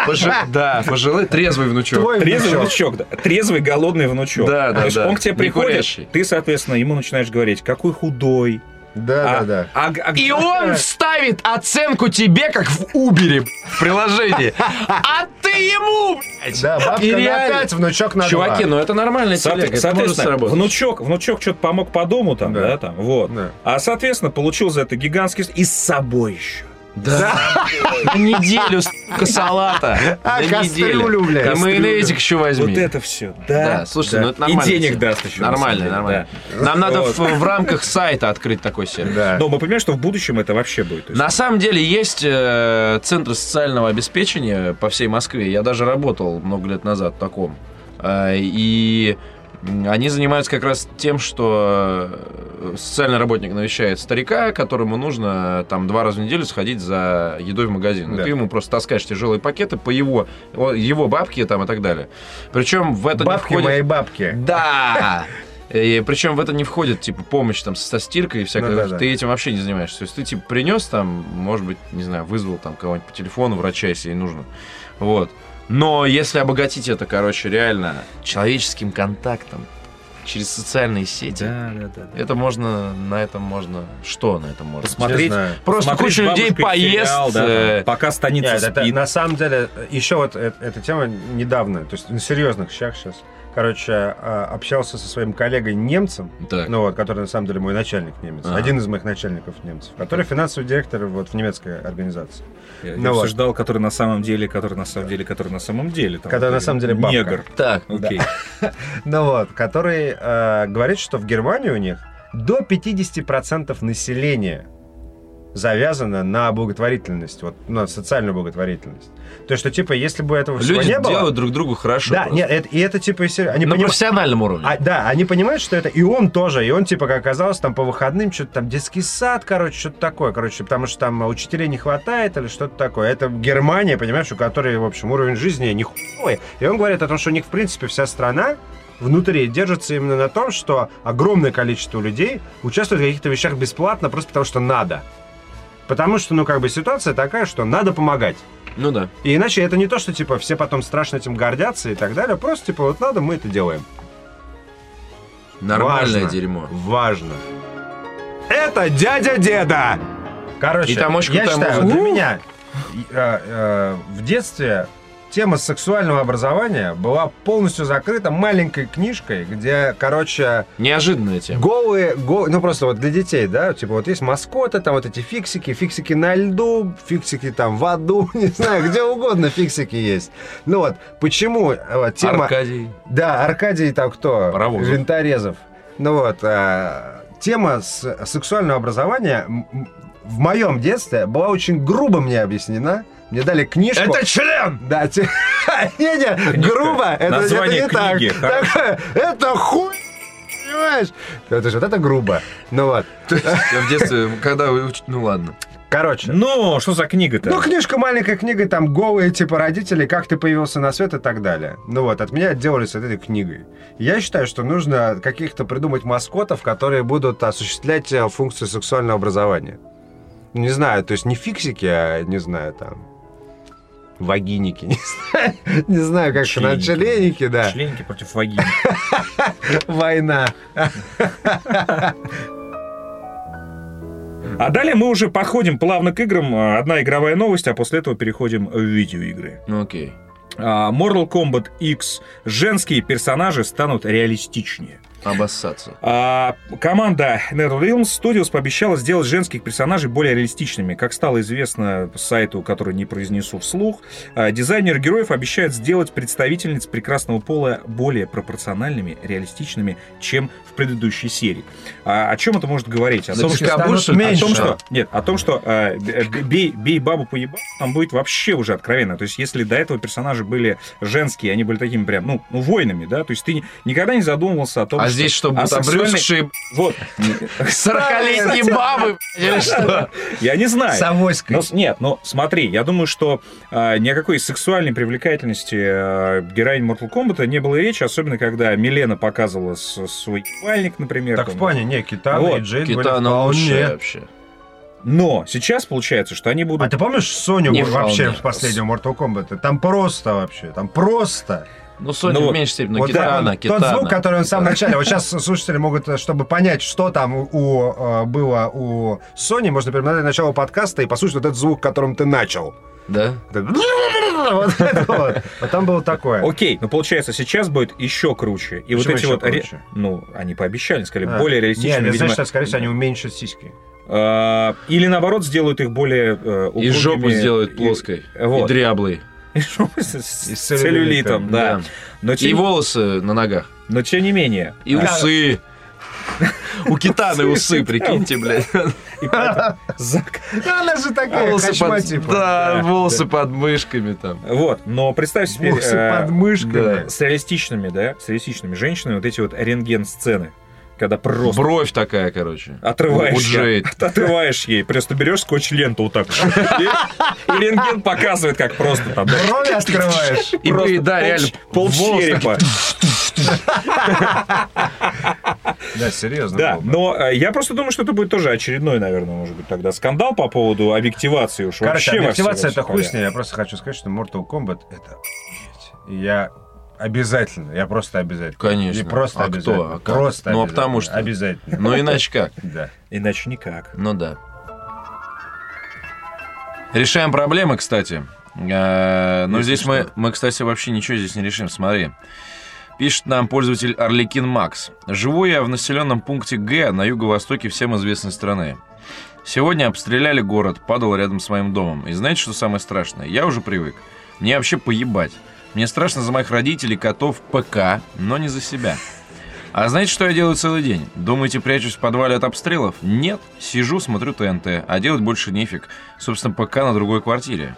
Speaker 1: пожи- да, пожилые, трезвый внучок.
Speaker 3: Твой
Speaker 2: Трезвый
Speaker 3: внучок.
Speaker 2: внучок, да. Трезвый, голодный внучок.
Speaker 1: Да, да,
Speaker 2: То есть
Speaker 1: да.
Speaker 2: он к тебе
Speaker 1: Не
Speaker 2: приходит,
Speaker 1: курящий.
Speaker 2: ты, соответственно, ему начинаешь говорить, какой худой.
Speaker 3: Да, да,
Speaker 2: а-
Speaker 3: да.
Speaker 2: а- а-
Speaker 1: И он вставит оценку тебе, как в Убере в приложении. А ты ему, блядь.
Speaker 3: Да, бабка
Speaker 1: И
Speaker 3: на
Speaker 1: реально.
Speaker 3: пять, внучок на
Speaker 1: Чуваки, ну это нормальная
Speaker 2: Соотве-
Speaker 1: телега, это может
Speaker 2: Соответственно,
Speaker 1: сработать.
Speaker 2: внучок, внучок что-то помог по дому там,
Speaker 3: Да.
Speaker 2: да, там, вот.
Speaker 3: Да.
Speaker 2: А, соответственно, получил за это гигантский... с- И с собой еще.
Speaker 1: Да. На неделю, сука, салата.
Speaker 3: А,
Speaker 1: На
Speaker 3: кастрюлю,
Speaker 1: неделю.
Speaker 3: блядь.
Speaker 1: И майонезик еще возьми.
Speaker 2: Вот это все, да.
Speaker 1: Да, слушай,
Speaker 2: да.
Speaker 1: ну это нормально.
Speaker 2: И денег даст еще. на самом
Speaker 1: Нормально,
Speaker 2: деле,
Speaker 1: нормально.
Speaker 2: да.
Speaker 1: Нам надо в,
Speaker 2: Вот.
Speaker 1: в рамках сайта открыть такой сервис.
Speaker 3: Да.
Speaker 2: Но мы понимаем, что в будущем это вообще будет. То есть
Speaker 1: На самом деле есть э, центры социального обеспечения по всей Москве. Я даже работал много лет назад в таком. Э, и м, они занимаются как раз тем, что э, социальный работник навещает старика, которому нужно э, там два раза в неделю сходить за едой в магазин. И
Speaker 3: Да.
Speaker 1: ты ему просто таскаешь тяжелые пакеты по его, о, его бабке там и так далее. Причем в это не
Speaker 3: бабки
Speaker 1: входит-
Speaker 3: моей бабки.
Speaker 1: да! И причем в это не входит, типа, помощь там со стиркой и всякое.
Speaker 3: Ну да, да.
Speaker 1: Ты этим вообще не занимаешься. То есть ты, типа, принес там, может быть, не знаю, вызвал там кого-нибудь по телефону, врача, если ей нужно. Вот. Но если обогатить это, короче, реально человеческим контактом, через социальные сети.
Speaker 2: Да, да, да.
Speaker 1: Это можно, на этом можно, что на этом можно?
Speaker 2: Посмотреть. Смотреть-
Speaker 3: Не знаю.
Speaker 1: Просто
Speaker 2: Смотреть
Speaker 1: куча людей
Speaker 2: бабушка и
Speaker 1: поест.
Speaker 2: сериал, да,
Speaker 1: э,
Speaker 2: пока станица
Speaker 3: Нет, это
Speaker 2: спит.
Speaker 3: на самом деле, еще вот э- эта тема недавно, то есть на серьезных щах сейчас. Короче, а, общался со своим коллегой немцем,
Speaker 1: так.
Speaker 3: ну вот, который на самом деле мой начальник немец,
Speaker 1: Ага.
Speaker 3: один из моих начальников немцев, который финансовый директор вот в немецкой организации.
Speaker 2: Я, я
Speaker 3: ну вот.
Speaker 2: обсуждал, который на самом деле, который на самом деле, который на самом деле. Там
Speaker 3: Когда
Speaker 2: вот
Speaker 3: на
Speaker 2: этот
Speaker 3: самом деле бабка.
Speaker 2: Негр.
Speaker 1: Так.
Speaker 2: Окей.
Speaker 3: Ну вот, который э, говорит, что в Германии у них до 50% населения завязано на благотворительность, вот на социальную благотворительность. То есть, что типа, если бы этого всего
Speaker 1: Люди
Speaker 3: не было...
Speaker 1: делают Ну, друг другу хорошо.
Speaker 3: да,
Speaker 1: просто.
Speaker 3: нет, это- и это типа... и серьё- Они
Speaker 1: на
Speaker 3: понимают-
Speaker 1: профессиональном уровне.
Speaker 3: А, да, они понимают, что это и он тоже, и он, типа, как оказалось, там по выходным что-то там детский сад, короче, что-то такое, короче, потому что там а, учителей не хватает или что-то такое. Это Германия, понимаешь, у которой, в общем, уровень жизни не хуй. И он говорит о том, что у них, в принципе, вся страна внутри держится именно на том, что огромное количество людей участвует в каких-то вещах бесплатно просто потому, что надо. Потому что, ну, как бы ситуация такая, что надо помогать.
Speaker 1: Ну да.
Speaker 3: И иначе это не то, что типа все потом страшно этим гордятся и так далее. Просто типа вот надо, мы это делаем.
Speaker 1: Нормальное
Speaker 3: Важно.
Speaker 1: дерьмо.
Speaker 3: Важно. Это дядя деда. Короче,
Speaker 1: И там очень
Speaker 3: я
Speaker 1: крутая
Speaker 3: считаю,
Speaker 1: музыка.
Speaker 3: для меня э, э, в детстве тема сексуального образования была полностью закрыта маленькой книжкой, где, короче,
Speaker 1: Неожиданная тема.
Speaker 3: голые, го- ну просто вот для детей, да, типа вот есть маскоты, там вот эти фиксики, фиксики на льду, фиксики там в аду, не знаю, где угодно фиксики есть. Ну вот, почему э, тема...
Speaker 1: Аркадий.
Speaker 3: Да, Аркадий там кто?
Speaker 1: Паровозов.
Speaker 3: Винторезов. Ну вот, а, тема с- сексуального образования м- м- в моем детстве была очень грубо мне объяснена. Мне дали книжку.
Speaker 1: член!
Speaker 3: Да, те- не, не, грубо, это, это
Speaker 2: Название
Speaker 3: не так.
Speaker 2: книги,
Speaker 3: так. Это хуй, понимаешь? Это же вот это грубо. Ну вот,
Speaker 1: Я в детстве, когда вы уч- Ну ладно.
Speaker 3: короче.
Speaker 2: Ну, что за книга-то?
Speaker 3: Ну, книжка маленькая книга, там голые типа родители, как ты появился на свет и так далее. Ну вот, от меня отделались от этой книгой. Я считаю, что нужно каких-то придумать маскотов, которые будут осуществлять э, функцию сексуального образования. Не знаю, то есть не фиксики, а не знаю, там вагиники, не знаю, не знаю, как это,
Speaker 2: Членики.
Speaker 3: членики, да.
Speaker 2: Членики против вагины.
Speaker 3: Война.
Speaker 2: А далее мы уже подходим плавно к играм. А, Одна игровая новость, а после этого переходим в видеоигры.
Speaker 1: Ну окей.
Speaker 2: А, Mortal Kombat X. Женские персонажи станут реалистичнее.
Speaker 1: Обоссаться.
Speaker 2: А, команда NetherRealms Studios пообещала сделать женских персонажей более реалистичными. Как стало известно сайту, который не произнесу вслух, а, дизайнер героев обещает сделать представительниц прекрасного пола более пропорциональными, реалистичными, чем в предыдущей серии. А, о чем это может говорить? О том,
Speaker 1: Значит,
Speaker 2: что...
Speaker 1: Кабуша-
Speaker 2: о
Speaker 3: меньше.
Speaker 2: том, что, нет, о том, что а, б- б- бей, бей бабу по ебалу, там будет вообще уже откровенно. То есть, если до этого персонажи были женские, они были такими прям, ну, ну, воинами, да, то есть ты ни- никогда не задумывался о том,
Speaker 1: А
Speaker 2: что-
Speaker 1: здесь что,
Speaker 2: а
Speaker 1: будут
Speaker 2: сексуальный-
Speaker 1: обрюзгшие
Speaker 2: Вот,
Speaker 1: 40-летние бабы? блядь, или что?
Speaker 2: я не знаю.
Speaker 3: С авоськой.
Speaker 2: Ну, с- нет, ну смотри, я думаю, что а, ни о какой сексуальной привлекательности а, героини Mortal Kombat не было речи, особенно когда Милена показывала с- свой ебальник, например.
Speaker 3: Так
Speaker 2: там.
Speaker 3: в плане, не, Китана
Speaker 2: Вот,
Speaker 3: и Джейд были
Speaker 1: Китана
Speaker 3: вполне.
Speaker 1: лучшая ну вообще.
Speaker 2: Но сейчас получается, что они
Speaker 3: А
Speaker 2: будут...
Speaker 3: ты помнишь Соню
Speaker 1: Не
Speaker 3: вообще
Speaker 1: вполне.
Speaker 3: в последнем Mortal Kombat? Там просто вообще, там просто.
Speaker 1: Ну, Соня
Speaker 2: Ну
Speaker 1: в
Speaker 2: вот.
Speaker 1: меньшей степени, но
Speaker 3: Вот так
Speaker 1: Китана,
Speaker 3: он- Тот звук,
Speaker 1: Китана.
Speaker 3: который он в самом начале. Вот сейчас слушатели могут, э, чтобы понять, что там у- у, э, было у Sony, можно перемотать начало подкаста и послушать вот этот звук, которым ты начал.
Speaker 1: Да?
Speaker 3: Это Вот это вот. Вот там было такое.
Speaker 2: Окей, но получается, сейчас будет еще круче.
Speaker 3: Почему
Speaker 2: И вот эти
Speaker 3: еще
Speaker 2: вот... ре-
Speaker 3: круче?
Speaker 2: Ну, они пообещали, сказали,
Speaker 3: А.
Speaker 2: более
Speaker 3: Не,
Speaker 2: реалистичные,
Speaker 3: это
Speaker 2: видимо,
Speaker 3: значит, что, скорее всего, они уменьшат сиськи.
Speaker 2: а, Или наоборот, сделают их более... э,
Speaker 1: И
Speaker 2: упругими,
Speaker 1: жопу сделать
Speaker 2: и-
Speaker 1: плоской. И
Speaker 2: вот.
Speaker 1: дряблой.
Speaker 2: И жопу с- с
Speaker 3: И с
Speaker 2: целлюлитом,
Speaker 3: целлюлитом,
Speaker 2: да. Но
Speaker 1: И
Speaker 2: тем-
Speaker 1: волосы на ногах.
Speaker 2: но тем не менее.
Speaker 1: И
Speaker 2: а,
Speaker 1: усы. У Китаны усы, прикиньте, блядь.
Speaker 2: и поэтому зак-
Speaker 3: Она же такая,
Speaker 1: Волосы
Speaker 3: кошма
Speaker 1: под-
Speaker 3: А, типа.
Speaker 1: Да,
Speaker 2: Да,
Speaker 1: волосы под мышками там.
Speaker 2: Вот, но представь себе
Speaker 3: Волосы
Speaker 2: э,
Speaker 3: под мышками.
Speaker 2: с реалистичными, да, с реалистичными женщинами вот эти вот рентген-сцены, когда просто
Speaker 1: Бровь такая, короче.
Speaker 2: отрываешь,
Speaker 1: У Джейд.
Speaker 2: ей- отрываешь ей, просто берешь скотч-ленту вот так, и, и рентген показывает, как просто там, да,
Speaker 3: Брови открываешь.
Speaker 1: И,
Speaker 2: просто
Speaker 1: и да,
Speaker 2: пол-
Speaker 1: реально.
Speaker 2: пол
Speaker 1: волосы
Speaker 2: черепа.
Speaker 3: Да, серьезно.
Speaker 2: Да,
Speaker 3: было бы.
Speaker 2: но э, я просто думаю, что это будет тоже очередной, наверное, может быть, тогда скандал по поводу объективации уж
Speaker 3: Короче,
Speaker 2: вообще. во
Speaker 3: объективация это
Speaker 2: всем
Speaker 3: хуй с
Speaker 2: порядке.
Speaker 3: ней. Я просто хочу сказать, что Mortal Kombat это охуеть. И я Обязательно. Я просто обязательно.
Speaker 1: Конечно.
Speaker 3: Не просто
Speaker 1: А кто?
Speaker 3: обязательно.
Speaker 1: А как?
Speaker 3: Просто
Speaker 1: Ну, а
Speaker 3: обязательно.
Speaker 1: потому что-
Speaker 3: Обязательно.
Speaker 1: Ну иначе как?
Speaker 3: Да.
Speaker 2: Иначе никак.
Speaker 1: Ну да. Решаем проблемы, кстати. Э, Но
Speaker 3: Если
Speaker 1: здесь мы,
Speaker 3: что.
Speaker 1: мы, кстати, вообще ничего здесь не решим. Смотри. Пишет нам пользователь Орликин Макс. Живу я в населенном пункте Г на юго-востоке всем известной страны. Сегодня обстреляли город, падал рядом с моим домом. И знаете, что самое страшное? Я уже привык. Мне вообще поебать. Мне страшно за моих родителей, котов, ПК, но не за себя. А знаете, что я делаю целый день? Думаете, прячусь в подвале от обстрелов? Нет. Сижу, смотрю ТНТ, а делать больше нефиг. Собственно, ПК на другой квартире.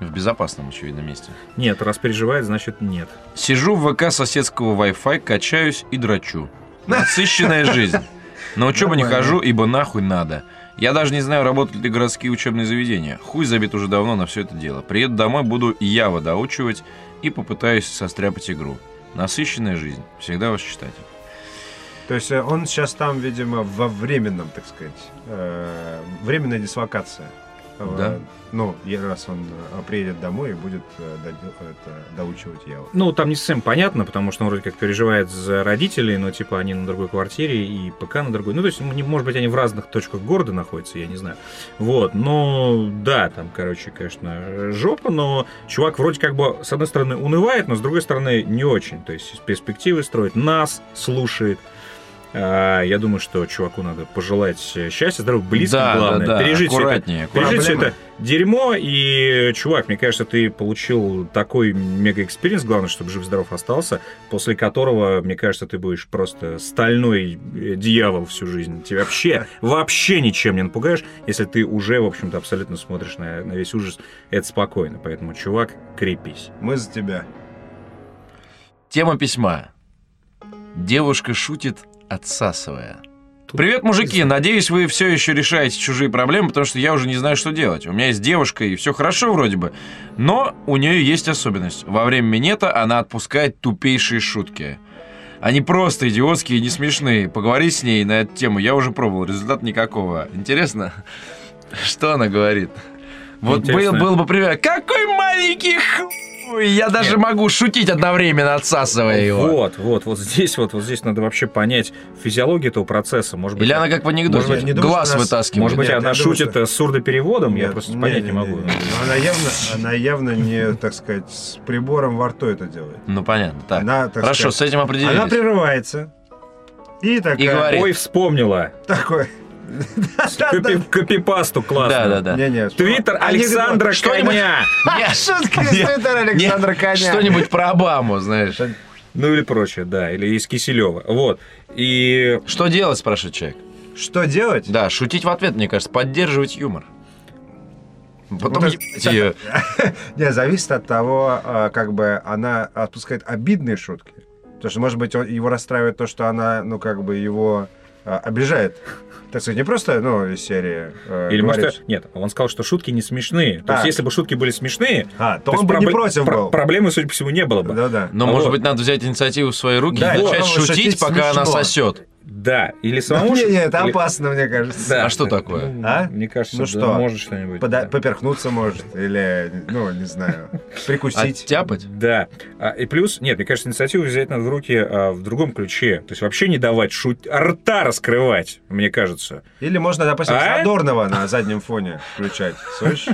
Speaker 1: В безопасном, очевидно, месте.
Speaker 2: Нет, раз переживает, значит нет.
Speaker 1: Сижу в ВК соседского Wi-Fi, качаюсь и драчу. Насыщенная жизнь. На учебу не
Speaker 2: Нормально.
Speaker 1: хожу, ибо нахуй надо. Я даже не знаю, работают ли городские учебные заведения. Хуй забит уже давно на все это дело. Приеду домой, буду Ява доучивать и попытаюсь состряпать игру. Насыщенная жизнь. Всегда вас читать.
Speaker 3: То есть э, он сейчас там, видимо, во временном, так сказать, э, временная дислокация. В-
Speaker 1: Да.
Speaker 3: Ну, и раз он э, приедет домой и будет э, додел- это, доучивать Яву.
Speaker 2: Ну, там не совсем понятно, потому что он вроде как переживает за родителей, но типа они на другой квартире и ПК на другой. Ну, то есть, м- не- может быть, они в разных точках города находятся, я не знаю. Вот, но да, там, короче, конечно, жопа, но чувак вроде как бы, с одной стороны, унывает, но с другой стороны, не очень. То есть, перспективы строит, нас слушает. А, Я думаю, что чуваку надо пожелать э, счастья, здоровья, близким,
Speaker 1: да,
Speaker 2: главное,
Speaker 1: да, да.
Speaker 2: пережить всё это
Speaker 1: аккуратнее, аккуратнее.
Speaker 2: Пережить все
Speaker 3: Проблема.
Speaker 2: это дерьмо, и, чувак, мне кажется, ты получил такой мега-экспириенс, главное, чтобы жив-здоров остался, после которого, мне кажется, ты будешь просто стальной э, дьявол всю жизнь. Тебя вообще, вообще ничем не напугаешь, если ты уже, в общем-то, абсолютно смотришь на, на весь ужас. Это спокойно, поэтому, чувак, крепись.
Speaker 3: Мы за тебя.
Speaker 1: Тема письма. Девушка шутит, отсасывая. Привет, мужики! Надеюсь, вы все еще решаете чужие проблемы, потому что я уже не знаю, что делать. У меня есть девушка, и все хорошо вроде бы. Но у нее есть особенность. Во время минета она отпускает тупейшие шутки. Они просто идиотские и не смешные. Поговори с ней на эту тему. Я уже пробовал, результат никакого. Интересно, что она говорит? Вот был,
Speaker 2: Интересно.
Speaker 1: был бы пример. Какой маленький хуй! Ну, Я даже
Speaker 2: Нет.
Speaker 1: могу шутить одновременно, отсасывая его.
Speaker 2: Вот, вот, вот здесь вот, вот здесь надо вообще понять физиологию этого процесса. Может быть,
Speaker 1: Или она как в анекдоте,
Speaker 2: Может
Speaker 1: глаз
Speaker 3: не
Speaker 2: быть,
Speaker 3: думаю, что нас-
Speaker 1: вытаскивает.
Speaker 2: может быть
Speaker 3: Нет,
Speaker 2: она
Speaker 3: я думаю,
Speaker 2: шутит
Speaker 3: что-
Speaker 2: э, с
Speaker 1: Ну,
Speaker 2: сурдопереводом, я
Speaker 3: Нет,
Speaker 2: просто
Speaker 3: не,
Speaker 2: понять не могу.
Speaker 3: не. Она явно, она явно не, так сказать, с прибором во рту это делает.
Speaker 1: Ну понятно, так.
Speaker 3: Она, так
Speaker 1: Хорошо,
Speaker 3: сказать,
Speaker 1: с этим определились.
Speaker 3: Она прерывается. И такая...
Speaker 1: И говорит.
Speaker 2: Ой, вспомнила.
Speaker 3: Такой...
Speaker 2: Копи- Копипасту классно.
Speaker 1: Да, да, да.
Speaker 3: Не-не, что-
Speaker 2: Твиттер
Speaker 3: Анекдот.
Speaker 2: Александра
Speaker 1: Что-нибудь?
Speaker 2: Коня.
Speaker 1: Не,
Speaker 3: Шутка из
Speaker 1: Нет,
Speaker 3: Твиттера
Speaker 1: не,
Speaker 3: Александра Коня.
Speaker 1: Что-нибудь про Обаму, знаешь.
Speaker 2: Ну или прочее, да, или из Киселева. Вот. И
Speaker 1: Что делать, спрашивает человек.
Speaker 3: Что делать?
Speaker 1: Да, шутить в ответ, мне кажется, поддерживать юмор. Потом
Speaker 3: Ну, так-
Speaker 1: ебать ее.
Speaker 3: Не, зависит от того, а, как бы она отпускает обидные шутки. Потому что, может быть, он- его расстраивает то, что она, ну, как бы его а, обижает. Так сказать, не просто, ну, из серии э,
Speaker 2: или
Speaker 3: говорит,
Speaker 2: может, нет, он сказал, что шутки не смешные. То есть,
Speaker 3: Так.
Speaker 2: если бы шутки были смешные,
Speaker 3: А, то
Speaker 2: есть
Speaker 3: он бы не
Speaker 2: пробле-
Speaker 3: против
Speaker 2: про-
Speaker 3: был.
Speaker 2: Проблемы, судя по всему, не было бы. Да,
Speaker 3: Да-да.
Speaker 1: Но,
Speaker 2: А
Speaker 1: может
Speaker 2: вот.
Speaker 1: быть, надо взять инициативу в свои руки
Speaker 3: Да,
Speaker 1: и
Speaker 3: и
Speaker 1: начать
Speaker 3: потом
Speaker 1: шутить,
Speaker 3: шутить
Speaker 1: пока она
Speaker 3: смешно.
Speaker 1: сосет.
Speaker 2: или самому...
Speaker 3: Не,
Speaker 2: шут-
Speaker 3: не, это
Speaker 2: или-
Speaker 3: опасно, мне кажется.
Speaker 2: Да.
Speaker 1: А что такое?
Speaker 2: Ну,
Speaker 3: А?
Speaker 2: Мне кажется,
Speaker 3: Ну
Speaker 2: да,
Speaker 3: что?
Speaker 2: может что-нибудь.
Speaker 3: Пода-
Speaker 2: да.
Speaker 3: Поперхнуться может, или, ну, не знаю, прикусить.
Speaker 1: Оттяпать?
Speaker 2: Да. А, и плюс, нет, мне кажется, инициативу взять надо в руки а, в другом ключе. То есть вообще не давать шуть... Рта раскрывать, мне кажется.
Speaker 3: Или можно, допустим,
Speaker 2: А?
Speaker 3: Задорнова на заднем фоне включать. Слышишь?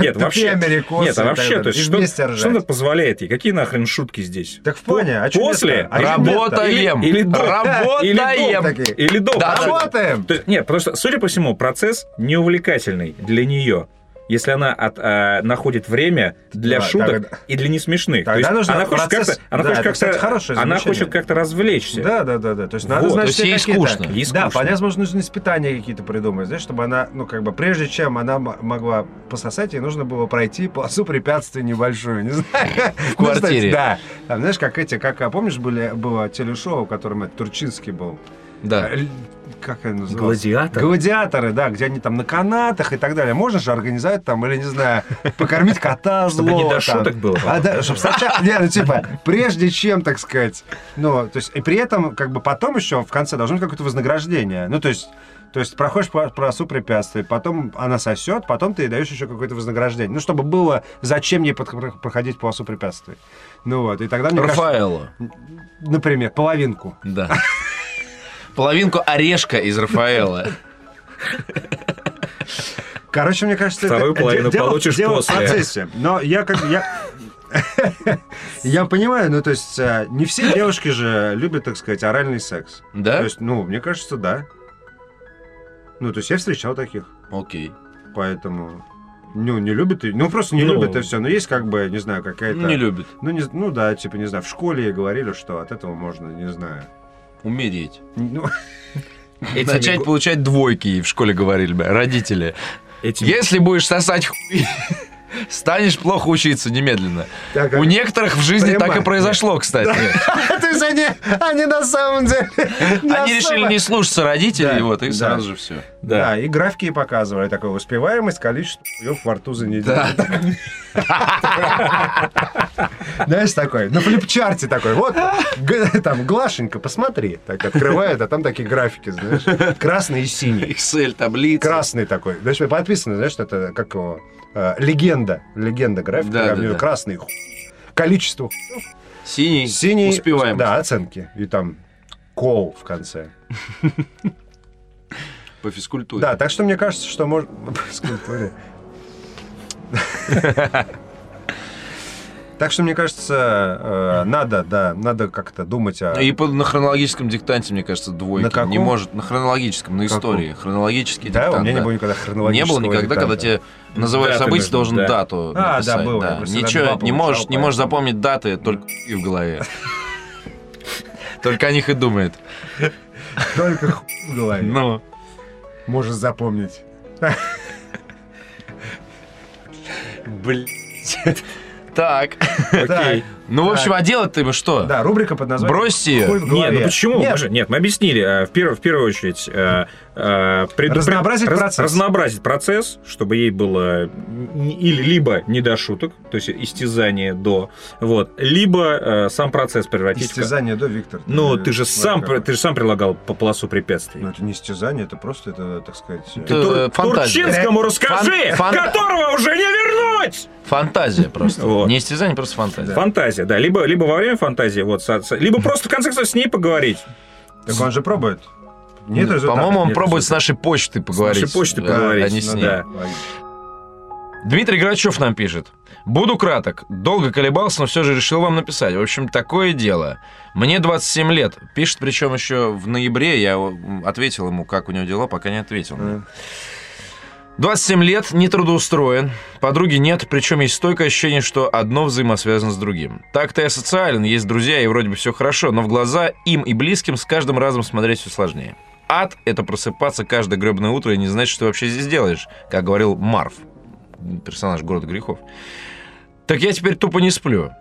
Speaker 2: Нет, вообще.
Speaker 3: америкосы.
Speaker 2: Нет, а
Speaker 3: и так
Speaker 2: вообще,
Speaker 3: далее.
Speaker 2: то есть
Speaker 3: И
Speaker 2: что,
Speaker 3: вместе
Speaker 2: что она
Speaker 3: ржать.
Speaker 2: позволяет ей? Какие нахрен шутки здесь?
Speaker 3: Так в плане, а чё
Speaker 2: После
Speaker 3: нет-то? А чё нет-то?
Speaker 1: Работаем!
Speaker 2: Или- или
Speaker 3: Или
Speaker 2: до.
Speaker 3: до
Speaker 1: Работаем!
Speaker 3: такие.
Speaker 2: Или до?
Speaker 1: Да,
Speaker 2: потому а что-
Speaker 3: Работаем!
Speaker 2: То есть- нет, потому что, судя по всему, процесс неувлекательный для нее. Если она от, а, находит время для
Speaker 3: Да,
Speaker 2: шуток
Speaker 3: тогда-
Speaker 2: и для несмешных.
Speaker 3: Тогда нужно
Speaker 2: она хочет
Speaker 3: процесс-
Speaker 2: как-то, она
Speaker 3: да,
Speaker 2: хочет
Speaker 3: это,
Speaker 2: как-то,
Speaker 3: кстати, хорошее
Speaker 2: она
Speaker 3: замечание.
Speaker 2: хочет как-то развлечься.
Speaker 3: Да, да, да, да. То есть надо
Speaker 2: Вот,
Speaker 3: знать,
Speaker 1: то есть
Speaker 3: все
Speaker 1: ей
Speaker 3: какие-то-
Speaker 1: скучно.
Speaker 2: Ей
Speaker 3: Да,
Speaker 2: скучно.
Speaker 3: понятно, возможно, нужно испытания какие-то придумать, знаешь, чтобы она, ну, как бы, прежде чем она м- могла пососать, ей нужно было пройти полосу препятствий небольшую, не знаю. В
Speaker 1: квартире.
Speaker 3: Да. Там, знаешь, как эти, как, а помнишь, были, было телешоу, в котором это Турчинский был?
Speaker 1: Да.
Speaker 3: Л- Э, Как это называлось?
Speaker 2: Гладиатор.
Speaker 3: Гладиаторы, да, где они там на канатах и так далее. Можно же организовать там, или, не знаю, покормить кота
Speaker 2: Чтобы
Speaker 3: злого.
Speaker 2: не до
Speaker 3: там.
Speaker 2: шуток было.
Speaker 3: А, да, чтоб сначала, не, ну, типа, прежде чем, так сказать, ну, то есть, и при этом, как бы, потом еще в конце должно быть какое-то вознаграждение. Ну, то есть, То есть проходишь по полосу препятствий, потом она сосет, потом ты ей даешь еще какое-то вознаграждение. Ну, чтобы было, зачем ей подх- проходить полосу препятствий. Ну вот, и тогда мне
Speaker 1: Рафаэлло.
Speaker 3: кажется, например, половинку.
Speaker 1: Да. Половинку орешка из Рафаэла.
Speaker 3: Короче, мне кажется,
Speaker 2: Вторую
Speaker 3: это
Speaker 2: половину
Speaker 3: дело-
Speaker 2: получишь
Speaker 3: дело
Speaker 2: после.
Speaker 3: в процессе. Но я как бы- я я понимаю, ну то есть э, не все девушки же любят, так сказать, оральный секс. То
Speaker 1: Да?
Speaker 3: есть, ну, мне кажется, да. Ну, то есть я встречал таких,
Speaker 1: Окей.
Speaker 3: поэтому ну не любят, и- ну просто не
Speaker 2: Ну.
Speaker 3: любят и все. Но есть как бы, не знаю, какая-то.
Speaker 1: Не любит.
Speaker 3: Ну не, ну да, типа не знаю. В школе говорили, что от этого можно, не знаю.
Speaker 1: Умереть.
Speaker 3: Ну,
Speaker 2: Этими
Speaker 1: Начать
Speaker 2: го-
Speaker 1: получать двойки, и в школе говорили бы, родители.
Speaker 2: этими-
Speaker 1: Если будешь сосать хуй, станешь плохо учиться немедленно.
Speaker 3: так, а
Speaker 1: У некоторых в жизни так и
Speaker 3: Прямо.
Speaker 1: произошло, кстати.
Speaker 3: то есть они,
Speaker 1: а
Speaker 3: они на самом деле. не
Speaker 1: Они решили
Speaker 3: особо-
Speaker 1: не слушаться родителей,
Speaker 3: Да,
Speaker 1: вот, и
Speaker 3: да.
Speaker 1: сразу же все.
Speaker 3: Да.
Speaker 2: Да.
Speaker 3: и графики показывали такую успеваемость, количество хуёв во рту за неделю.
Speaker 1: Да.
Speaker 3: Знаешь, такой, на флипчарте такой, вот, г- там, Глашенька, посмотри, так открывает, а там такие графики, знаешь, красный и синий.
Speaker 1: Excel, таблица.
Speaker 3: Красный такой, знаешь, подписано, знаешь, это как его, э, легенда, легенда графика,
Speaker 1: Да,
Speaker 3: я
Speaker 1: да,
Speaker 3: в неё
Speaker 1: да.
Speaker 3: красный хуй, количество
Speaker 1: Синий.
Speaker 3: синий,
Speaker 1: Успеваем.
Speaker 3: да, оценки, и там кол в конце.
Speaker 1: По физкультуре.
Speaker 3: Да, так что мне кажется, что можно... Скульптуре. Так что, мне кажется, э, надо, да, надо как-то думать о...
Speaker 1: И по, на хронологическом диктанте, мне кажется, двойки.
Speaker 3: На каком?
Speaker 1: Не может. На хронологическом, на
Speaker 3: Каком?
Speaker 1: истории. Хронологический
Speaker 3: Да, у
Speaker 1: диктант.
Speaker 3: меня не
Speaker 1: да.
Speaker 3: было никогда
Speaker 1: Не
Speaker 3: хронологического
Speaker 1: было никогда, когда
Speaker 3: диктанта.
Speaker 1: тебе называешь
Speaker 2: Даты
Speaker 1: событие,
Speaker 2: нужны,
Speaker 1: должен
Speaker 2: да.
Speaker 1: дату
Speaker 3: А,
Speaker 1: написать,
Speaker 3: да, было, я просто иногда
Speaker 1: Ничего, не
Speaker 3: получал,
Speaker 1: можешь, не можешь
Speaker 3: поэтому.
Speaker 1: запомнить даты, только и в голове. Только о них и думает.
Speaker 3: Только хуй в голове.
Speaker 1: Ну,
Speaker 3: Можешь запомнить.
Speaker 1: блин. Так.
Speaker 2: Окей.
Speaker 1: Ну, в общем, а делать-то им что?
Speaker 3: Да, рубрика под названием...
Speaker 1: Брось её.
Speaker 3: «Хуй в
Speaker 2: Не,
Speaker 3: голове».
Speaker 2: ну почему?
Speaker 3: Нет,
Speaker 2: Мы же- нет, мы объяснили. э, В первую, в первую очередь... э, э, предупред-
Speaker 3: Разнообразить процесс.
Speaker 2: Разнообразить процесс, чтобы ей было н- или либо не до шуток, то есть истязание до, вот, либо э, сам процесс превратить в ка-
Speaker 3: Истязание, да, Виктор?
Speaker 2: Ну,
Speaker 1: Э,
Speaker 2: ты же
Speaker 3: смотри,
Speaker 2: сам,
Speaker 3: как.
Speaker 2: пр- ты же сам прилагал по полосу препятствий.
Speaker 3: Ну, это не истязание, это просто, это, так сказать... э,
Speaker 1: Ты- э, фантазия.
Speaker 2: Турчинскому расскажи,
Speaker 1: Фан- фан-
Speaker 2: которого уже не вернуть!
Speaker 1: Фантазия просто.
Speaker 2: Вот.
Speaker 1: Не истязание, просто фантазия.
Speaker 2: Фантазия, да. Либо, либо во время фантазии, вот, со- со- либо просто в конце концов с ней поговорить.
Speaker 3: Так он же пробует. Нет результата.
Speaker 1: По-моему, он
Speaker 2: нет
Speaker 1: пробует с нашей почтой поговорить.
Speaker 2: нашей почтой
Speaker 1: а-
Speaker 2: поговорить,
Speaker 1: А не с
Speaker 2: ну
Speaker 1: ней.
Speaker 2: да.
Speaker 1: Дмитрий Грачев нам пишет. Буду краток. Долго колебался, но все же решил вам написать. В общем, такое дело. Мне 27 лет. Пишет, причем еще в ноябре. Я м, ответил ему, как у него дела, пока не ответил.
Speaker 3: Мгм.
Speaker 1: 27 лет, не трудоустроен. Подруги нет, причем есть стойкое ощущение, что одно взаимосвязано с другим. Так-то я социален, есть друзья, и вроде бы все хорошо, но в глаза им и близким с каждым разом смотреть все сложнее. Ад — это просыпаться каждое гребное утро и не знать, что ты вообще здесь делаешь, как говорил Марф, персонаж «Города грехов». Так я теперь тупо не сплю.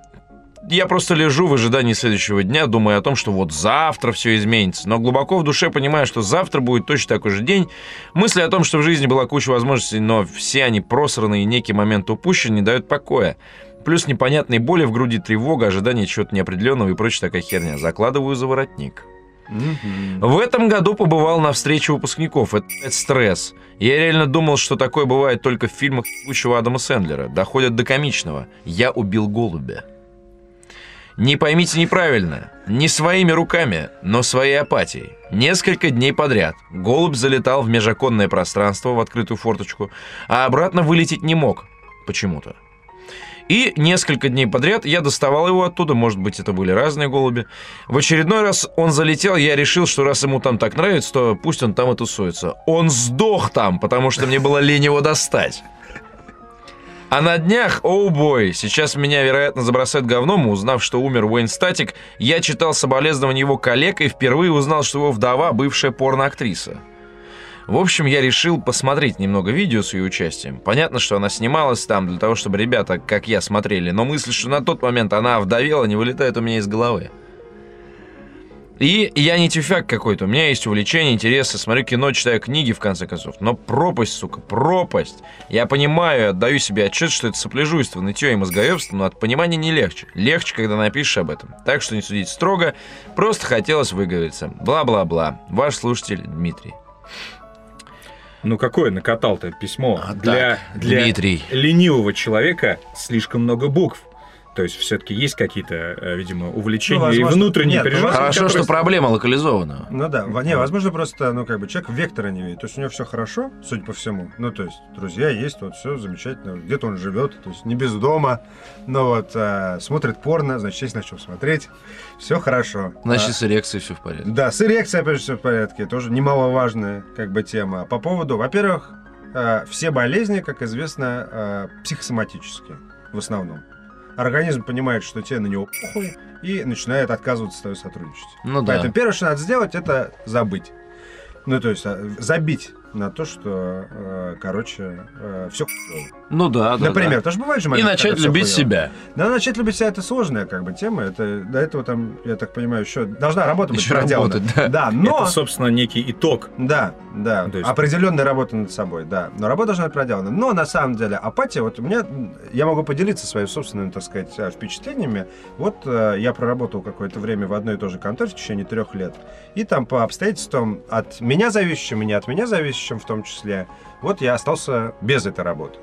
Speaker 1: Я просто лежу в ожидании следующего дня, думая о том, что вот завтра все изменится. Но глубоко в душе понимаю, что завтра будет точно такой же день. Мысли о том, что в жизни была куча возможностей, но все они просраны и некий момент упущен, не дают покоя. Плюс непонятные боли в груди, тревога, ожидание чего-то неопределенного и прочая такая херня. Закладываю за воротник.
Speaker 3: Мгм.
Speaker 1: В этом году побывал на встрече выпускников. Это, блядь, стресс. Я реально думал, что такое бывает только в фильмах ебучего Адама Сэндлера. Доходят до комичного. Я убил голубя. Не поймите неправильно. Не своими руками, но своей апатией. Несколько дней подряд голубь залетал в межоконное пространство, в открытую форточку, а обратно вылететь не мог. Почему-то. И несколько дней подряд я доставал его оттуда, может быть, это были разные голуби. В очередной раз он залетел, я решил, что раз ему там так нравится, то пусть он там и тусуется. Он сдох там, потому что мне было лень его достать. А на днях, оу бой, сейчас меня, вероятно, забросают говном, узнав, что умер Уэйн Статик, я читал соболезнования его коллег и впервые узнал, что его вдова – бывшая порноактриса. В общем, я решил посмотреть немного видео с ее участием. Понятно, что она снималась там для того, чтобы ребята, как я, смотрели, но мысль, что на тот момент она овдовела, не вылетает у меня из головы. И я не тюфяк какой-то, у меня есть увлечения, интересы, смотрю кино, читаю книги, в конце концов. Но пропасть, сука, пропасть. Я понимаю, и отдаю себе отчет, что это сопляжуйство, нытье и мозгоебство, но от понимания не легче. Легче, когда напишешь об этом. Так что не судить строго, просто хотелось выговориться. Бла-бла-бла. Ваш слушатель Дмитрий.
Speaker 2: Ну какое накатал-то письмо?
Speaker 1: А,
Speaker 2: для,
Speaker 1: так,
Speaker 2: для
Speaker 1: Дмитрий.
Speaker 2: ленивого человека слишком много букв. То есть все-таки есть какие-то, э, видимо, увлечения
Speaker 3: Ну,
Speaker 2: и
Speaker 3: возможно.
Speaker 2: внутренние
Speaker 3: Нет, ну,
Speaker 2: переживания.
Speaker 1: Хорошо, что
Speaker 2: которые-
Speaker 1: проблема локализована.
Speaker 3: Ну да, во- не, возможно, просто, ну, как бы, человек вектора не видит. То есть у него все хорошо, судя по всему. Ну, то есть, друзья есть, вот все замечательно. Где-то он живет, то есть не без дома. Но вот а, смотрит порно, значит, есть на чем смотреть. Все хорошо.
Speaker 1: Значит,
Speaker 3: А,
Speaker 1: с эрекцией все в порядке.
Speaker 3: да, с эрекцией, опять же, все в порядке. Тоже немаловажная, как бы, тема. По поводу, во-первых, а, все болезни, как известно, а, психосоматические в основном. Организм понимает, что тебе на него похуй, и начинает отказываться с тобой сотрудничать.
Speaker 1: Ну да.
Speaker 3: Поэтому первое, что надо сделать, это забыть. Ну, то есть а, забить на то, что, э, короче, все
Speaker 1: Ну да, да, да.
Speaker 3: Например, потому что бывает
Speaker 1: И
Speaker 3: же момент,
Speaker 1: начать
Speaker 3: когда всё
Speaker 1: любить
Speaker 3: хуёво.
Speaker 1: себя.
Speaker 3: Да, начать любить себя это сложная, как бы, тема. Это до этого там, я так понимаю, еще должна работа быть
Speaker 1: Еще
Speaker 3: проделана.
Speaker 1: работать, да.
Speaker 3: Да, но...
Speaker 2: Это, собственно, некий итог.
Speaker 3: Да, да.
Speaker 2: То есть-
Speaker 3: Определенная работа над собой, да. Но работа должна быть проделана. Но на самом деле апатия, вот у меня, м, я могу поделиться своими собственными, так сказать, э, впечатлениями. Вот э, я проработал какое-то время в одной и той же конторе в течение трех лет. И там по обстоятельствам от меня зависящим и не от меня зависящим в том числе, вот я остался без этой работы.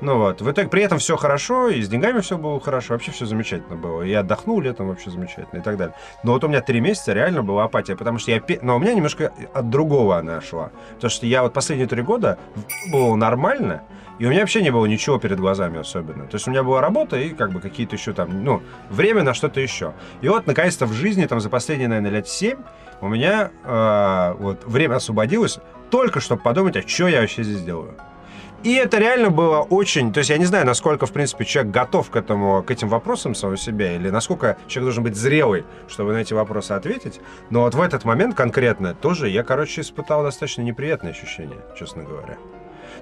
Speaker 3: Ну вот, в итоге при этом все хорошо, и с деньгами все было хорошо, вообще все замечательно было. И отдохнул летом вообще замечательно и так далее. Но вот у меня три месяца реально была апатия, потому что я... пе- Но у меня немножко от другого она шла. Потому что я вот последние три года был нормально, и у меня вообще не было ничего перед глазами особенно. То есть у меня была работа и как бы какие-то еще там, ну, время на что-то еще. И вот, наконец-то, в жизни, там, за последние, наверное, лет семь у меня э, вот время освободилось только чтобы подумать, а что я вообще здесь делаю. И это реально было очень... То есть я не знаю, насколько, в принципе, человек готов к, этому, к этим вопросам самого себя, или насколько человек должен быть зрелый, чтобы на эти вопросы ответить. Но вот в этот момент конкретно тоже я, короче, испытал достаточно неприятные ощущения, честно говоря.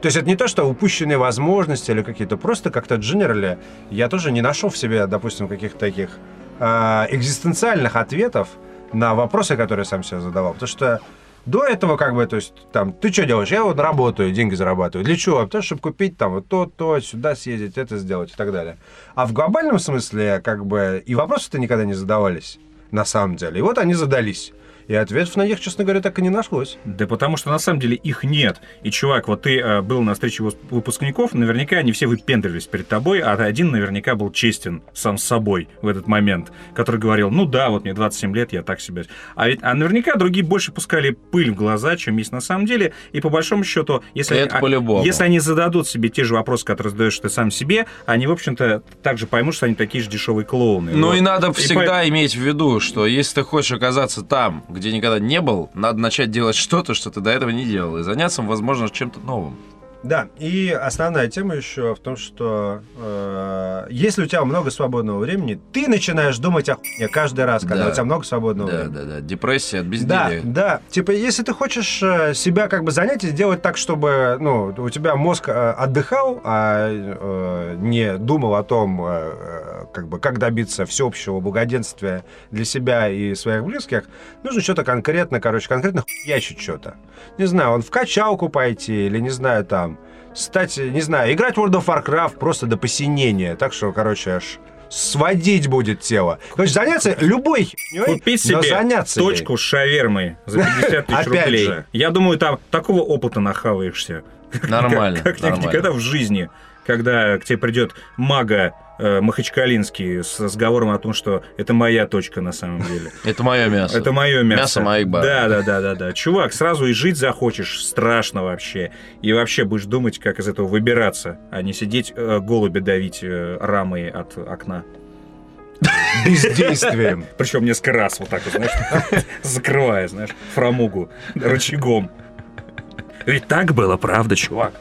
Speaker 3: То есть это не то, что упущенные возможности или какие-то, просто как-то дженерали. Я тоже не нашел в себе, допустим, каких-то таких а, экзистенциальных ответов на вопросы, которые я сам себе задавал. Потому что до этого как бы, то есть, там, ты что делаешь? Я вот работаю, деньги зарабатываю. Для чего? Потому что, чтобы купить там вот то, то, сюда съездить, это сделать и так далее. А в глобальном смысле, как бы, и вопросы-то никогда не задавались, на самом деле. И вот они задались. И ответов на них, честно говоря, так и не нашлось.
Speaker 2: Да потому что на самом деле их нет. И, чувак, вот ты э, был на встрече выс- выпускников, наверняка они все выпендрились перед тобой, а один наверняка был честен сам с собой в этот момент, который говорил, ну да, вот мне 27 лет, я так себя... А, ведь, а наверняка другие больше пускали пыль в глаза, чем есть на самом деле. И по большому счету, если,
Speaker 1: Это
Speaker 2: они, а,
Speaker 1: по-любому.
Speaker 2: если они зададут себе те же вопросы, которые задаешь ты сам себе, они, в общем-то, также поймут, что они такие же дешевые клоуны.
Speaker 1: Ну
Speaker 2: Вот.
Speaker 1: и надо
Speaker 2: по-
Speaker 1: всегда иметь в виду, что если ты хочешь оказаться там, где никогда не был, надо начать делать что-то, что ты до этого не делал, и заняться, возможно, чем-то новым.
Speaker 3: Да, и основная тема еще в том, что э, если у тебя много свободного времени, ты начинаешь думать о хуйне каждый раз, когда
Speaker 1: Да.
Speaker 3: у тебя много свободного
Speaker 1: Да,
Speaker 3: времени.
Speaker 1: да, да. Депрессия от
Speaker 3: Да,
Speaker 1: безделия.
Speaker 3: да. Типа, если ты хочешь э, себя как бы занять и сделать так, чтобы ну, у тебя мозг э, отдыхал, а э, не думал о том, э, э, как бы, как добиться всеобщего благоденствия для себя и своих близких, нужно что-то конкретно, короче, конкретно хуячить что-то. Не знаю, он в качалку пойти или, не знаю, там, стать, не знаю, играть в World of Warcraft просто до посинения. Так что, короче, аж сводить будет тело. Короче, заняться любой хернёй,
Speaker 2: Купить
Speaker 3: но
Speaker 2: себе
Speaker 3: заняться ей.
Speaker 2: точку с шавермой за 50 тысяч
Speaker 3: Опять
Speaker 2: рублей.
Speaker 3: же.
Speaker 2: Я думаю, там такого опыта нахаваешься.
Speaker 1: Нормально.
Speaker 2: Как, как
Speaker 1: нормально.
Speaker 2: никогда в жизни, когда к тебе придет мага э, Махачкалинский с разговором о том, что это моя точка на самом деле.
Speaker 1: Это мое мясо.
Speaker 2: Это мое мясо.
Speaker 1: Мясо моих баб.
Speaker 2: Да, да, да, да, да. Чувак, сразу и жить захочешь, страшно вообще. И вообще будешь думать, как из этого выбираться, а не сидеть э, голуби давить э, рамой от окна.
Speaker 3: бездействием.
Speaker 2: Причем несколько раз вот так вот, знаешь, закрывая, знаешь, фрамугу рычагом. Ведь так было, правда, чувак?